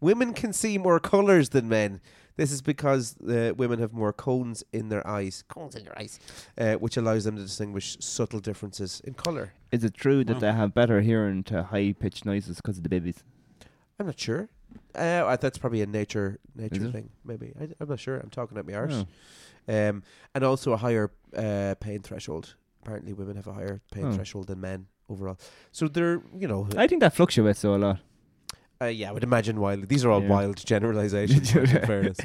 S2: women can see more colors than men. This is because uh, women have more cones in their eyes, cones in their eyes, uh, which allows them to distinguish subtle differences in color.
S3: Is it true that
S4: Wow.
S3: they have better hearing to high pitched noises because of the babies?
S2: I'm not sure. Uh, I- that's probably a nature nature
S3: it?
S2: thing, maybe. I, am not sure. I'm talking at my arse. um, and also a higher uh, pain threshold. Apparently, women have a higher pain
S3: Oh.
S2: threshold than men overall. So they're, you know,
S3: I think that fluctuates though a lot.
S2: uh, yeah, I would imagine wild. These are all
S3: Yeah.
S2: wild generalizations, in fairness.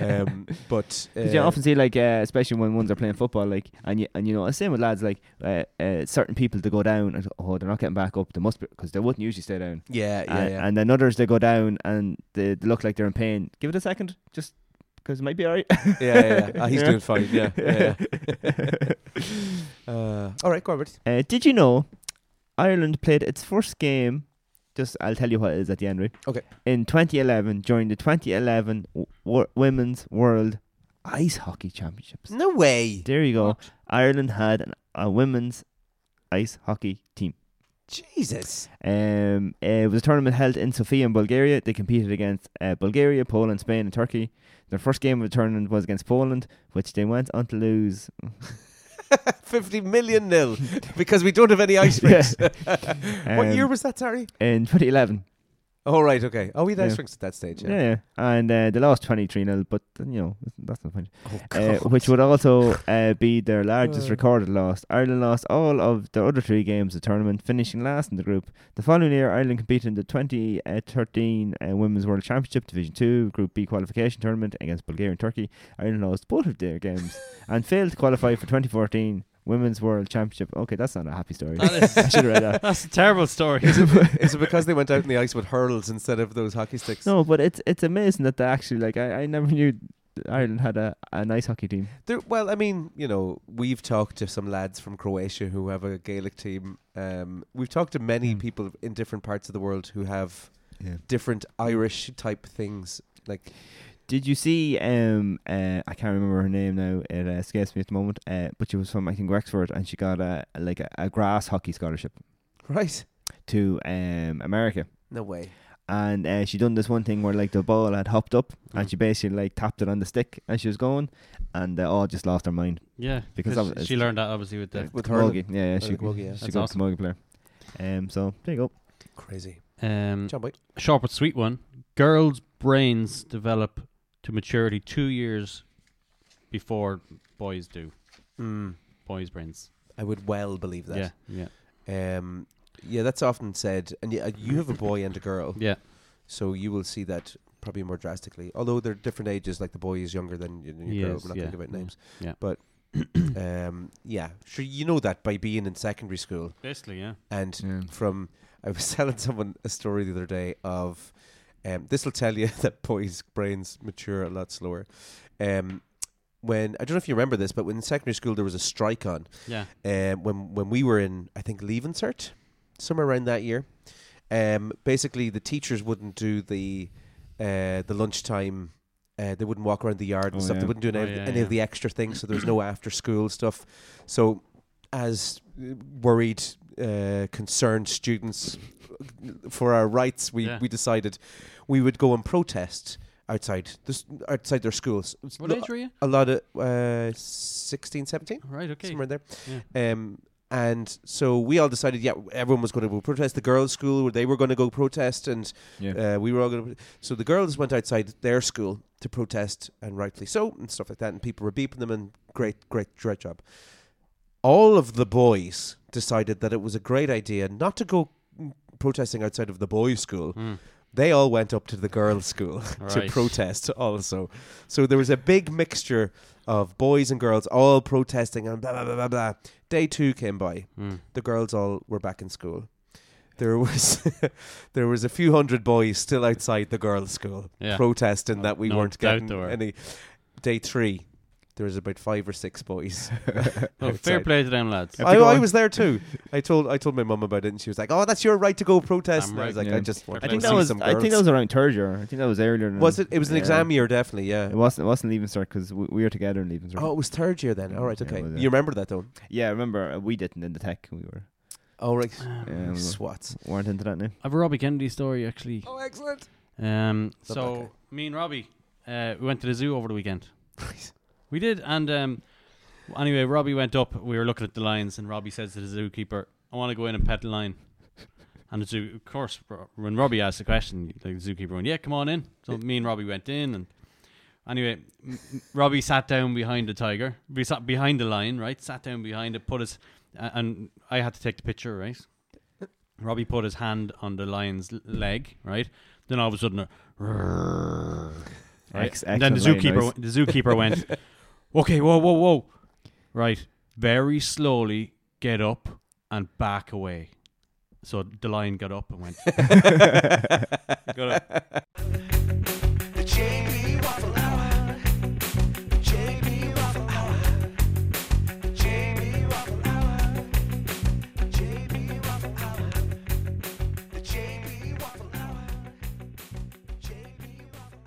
S2: Um, but uh,
S3: 'Cause you often see like, uh, especially when ones are playing football, like, and you and you know, the same with lads, like, uh, uh, certain people to go down, and oh, they're not getting back up. They must be because they wouldn't usually stay down.
S2: yeah, yeah,
S3: and,
S2: yeah.
S3: and then others they go down and they, they look like they're in pain. Give it a second, just because it might be alright.
S2: yeah, yeah, yeah. Ah, he's doing fine. Yeah, yeah. uh, all right, go on, Richard.
S3: Uh, did you know Ireland played its first game? Just I'll tell you what it is at the end, right?
S2: Okay.
S3: In 2011, during the 2011 w- Wor- Women's World Ice Hockey Championships.
S2: No way.
S3: There you go. Ireland had an, a women's ice hockey team.
S2: Jesus.
S3: Um, it was a tournament held in Sofia in Bulgaria. They competed against uh, Bulgaria, Poland, Spain, and Turkey. Their first game of the tournament was against Poland, which they went on to lose.
S2: 50 million nil because we don't have any ice rinks. what
S3: Um,
S2: year was that, sorry?
S3: in 2011.
S2: Oh, right, okay. Oh, we had ice
S3: Yeah.
S2: rinks at that stage.
S3: Yeah,
S2: Yeah.
S3: yeah. and uh, they lost 23 0, but uh, you know, that's not the point.
S2: Oh,
S3: Uh,
S2: God.
S3: which would also uh, be their largest
S2: Uh.
S3: recorded loss. Ireland lost all of their other three games of the tournament, finishing last in the group. The following year, Ireland competed in the 2013 uh, Women's World Championship Division 2 Group B qualification tournament against Bulgaria and Turkey. Ireland lost both of their games and failed to qualify for 2014 Women's World Championship. Okay, that's not a happy story.
S4: That is-
S3: I should have read that.
S4: That's a terrible story.
S2: Is it because they went out in the ice with hurls instead of those hockey sticks?
S3: No, but it's it's amazing that they actually like I, I never knew that Ireland had a, a nice hockey team.
S2: There, well, I mean, you know, we've talked to some lads from Croatia who have a Gaelic team. Um, we've talked to many people in different parts of the world who have
S3: Mm. Yeah.
S2: different Irish type things. Like,
S3: Did you see um uh I can't remember her name now, it uh, escapes me at the moment, uh, but she was from I think Wexford and she got a like a, a grass hockey scholarship
S2: right?
S3: to um America.
S2: No way.
S3: And uh, she done this one thing where like the ball had hopped up and she basically like tapped it on the stick as she was going and they all just lost their mind.
S4: yeah,
S3: Because
S4: because
S3: of- it's-
S4: she learned that obviously with the.
S2: With hurling.
S3: Camogie. Yeah, yeah, she,
S2: Hurling camogie, yeah.
S3: she
S4: That's
S3: got
S4: awesome.
S3: a camogie player. Um so there you go.
S2: Crazy.
S3: Mm.
S4: Um,
S2: John Boy.
S4: short but sweet one. Girls' brains develop to maturity two years before boys do.
S2: Mm,
S4: Boys' brains.
S2: I would well believe
S4: Yeah,
S2: that.
S4: yeah,
S2: Yeah. Um, yeah, that's often said. And yeah, you have a boy and a girl,
S4: yeah.
S2: so you will see that probably more drastically. Although they're different ages, like the boy is younger than your, your girl.
S4: Yes,
S2: I'm not
S4: yeah,
S2: thinking about
S4: yeah.
S2: names.
S4: Yeah.
S2: But um, yeah, sure, you know that by being in secondary school.
S4: Basically, yeah.
S2: And
S3: Yeah.
S2: from I was telling someone a story the other day of um, this will tell you that boys' brains mature a lot slower. Um, when I don't know if you remember this, but when in secondary school there was a strike on
S4: Yeah.
S2: um, when when we were in I think leave insert somewhere around that year. Um, basically, the teachers wouldn't do the uh, the lunchtime. Uh, they wouldn't walk around the yard and
S3: Oh,
S2: stuff.
S3: yeah.
S2: They wouldn't do any,
S4: Oh,
S2: of,
S4: yeah,
S2: any of
S4: yeah.
S2: the extra things. So there was no after school stuff. So, as uh, worried, uh, concerned students uh, for our rights, we,
S4: Yeah.
S2: we decided we would go and protest outside this outside their schools.
S4: What age were you?
S2: A lot of uh, 16, 17
S4: Right, okay.
S2: somewhere in there. Um, and so we all decided, yeah, everyone was going to go protest. The girls' school, they were going to go protest, and
S3: Yeah.
S2: uh, we were all going to. So the girls went outside their school to protest, and rightly so, and stuff like that. And people were beeping them, and great, great, great job. All of the boys decided that it was a great idea not to go protesting outside of the boys' school. They all went up to the girls' school to
S4: Hmm. Right.
S2: protest also. So there was a big mixture of boys and girls all protesting and blah, blah, blah, blah, blah. Day two came by.
S4: Hmm.
S2: The girls all were back in school. There was there was a few hundred boys still outside the girls' school
S4: Yeah.
S2: protesting that we
S4: No
S2: weren't
S4: doubt
S2: getting
S4: there were.
S2: any. Day three, there was about five or six boys.
S4: Oh, fair
S2: outside.
S4: play to them lads.
S2: I, I was there too. I told I told my mum about it, and she was like, "Oh, that's your right to go protest."
S4: I'm
S2: And I was
S4: right,
S2: like,
S3: yeah.
S2: "I just want
S4: I
S3: I
S2: to
S4: think
S3: think
S2: go
S3: that
S2: see
S3: was.
S2: some
S3: I
S2: girls."
S3: think that was around third year. I think that was earlier. Than
S2: Was it? It was an
S3: Yeah.
S2: exam year, definitely. Yeah.
S3: It wasn't. It wasn't leaving cert because we, we were together in leaving cert.
S2: Oh, it was third year then. All right,
S3: Yeah,
S2: okay.
S3: it was, yeah.
S2: You remember that though?
S3: yeah. I Remember, uh, we didn't in the tech. We were
S2: All right.
S3: Oh, yeah, we
S2: Swats.
S3: weren't into that now.
S4: I have Uh, a Robbie Kennedy story actually.
S2: Oh, excellent.
S4: Um,
S2: Love
S4: so
S2: that guy.
S4: me and Robbie, uh, we went to the zoo over the weekend. we did, and um, anyway, Robbie went up. We were looking at the lions, and Robbie says to the zookeeper, "I want to go in and pet the lion." And the zoo, of course, Ro- when Robbie asked the question, the zookeeper went, "Yeah, come on in." So me and Robbie went in, and anyway, m- m- Robbie sat down behind the tiger. We sat behind the lion, right? Sat down behind it, put his, a- and I had to take the picture, right? Robbie put his hand on the lion's l- leg, right? Then all of a sudden, a right?
S3: Ex-
S4: and then the
S3: excellent lion
S4: zookeeper, w- the zookeeper went, "Okay, whoa, whoa, whoa, right, very slowly get up and back away." So the lion got up and went. got up.
S5: The JB Waffle Hour. JB Waffle Hour. JB Waffle Hour. JB Waffle Hour. The JB Waffle Hour. JB Waffle Hour.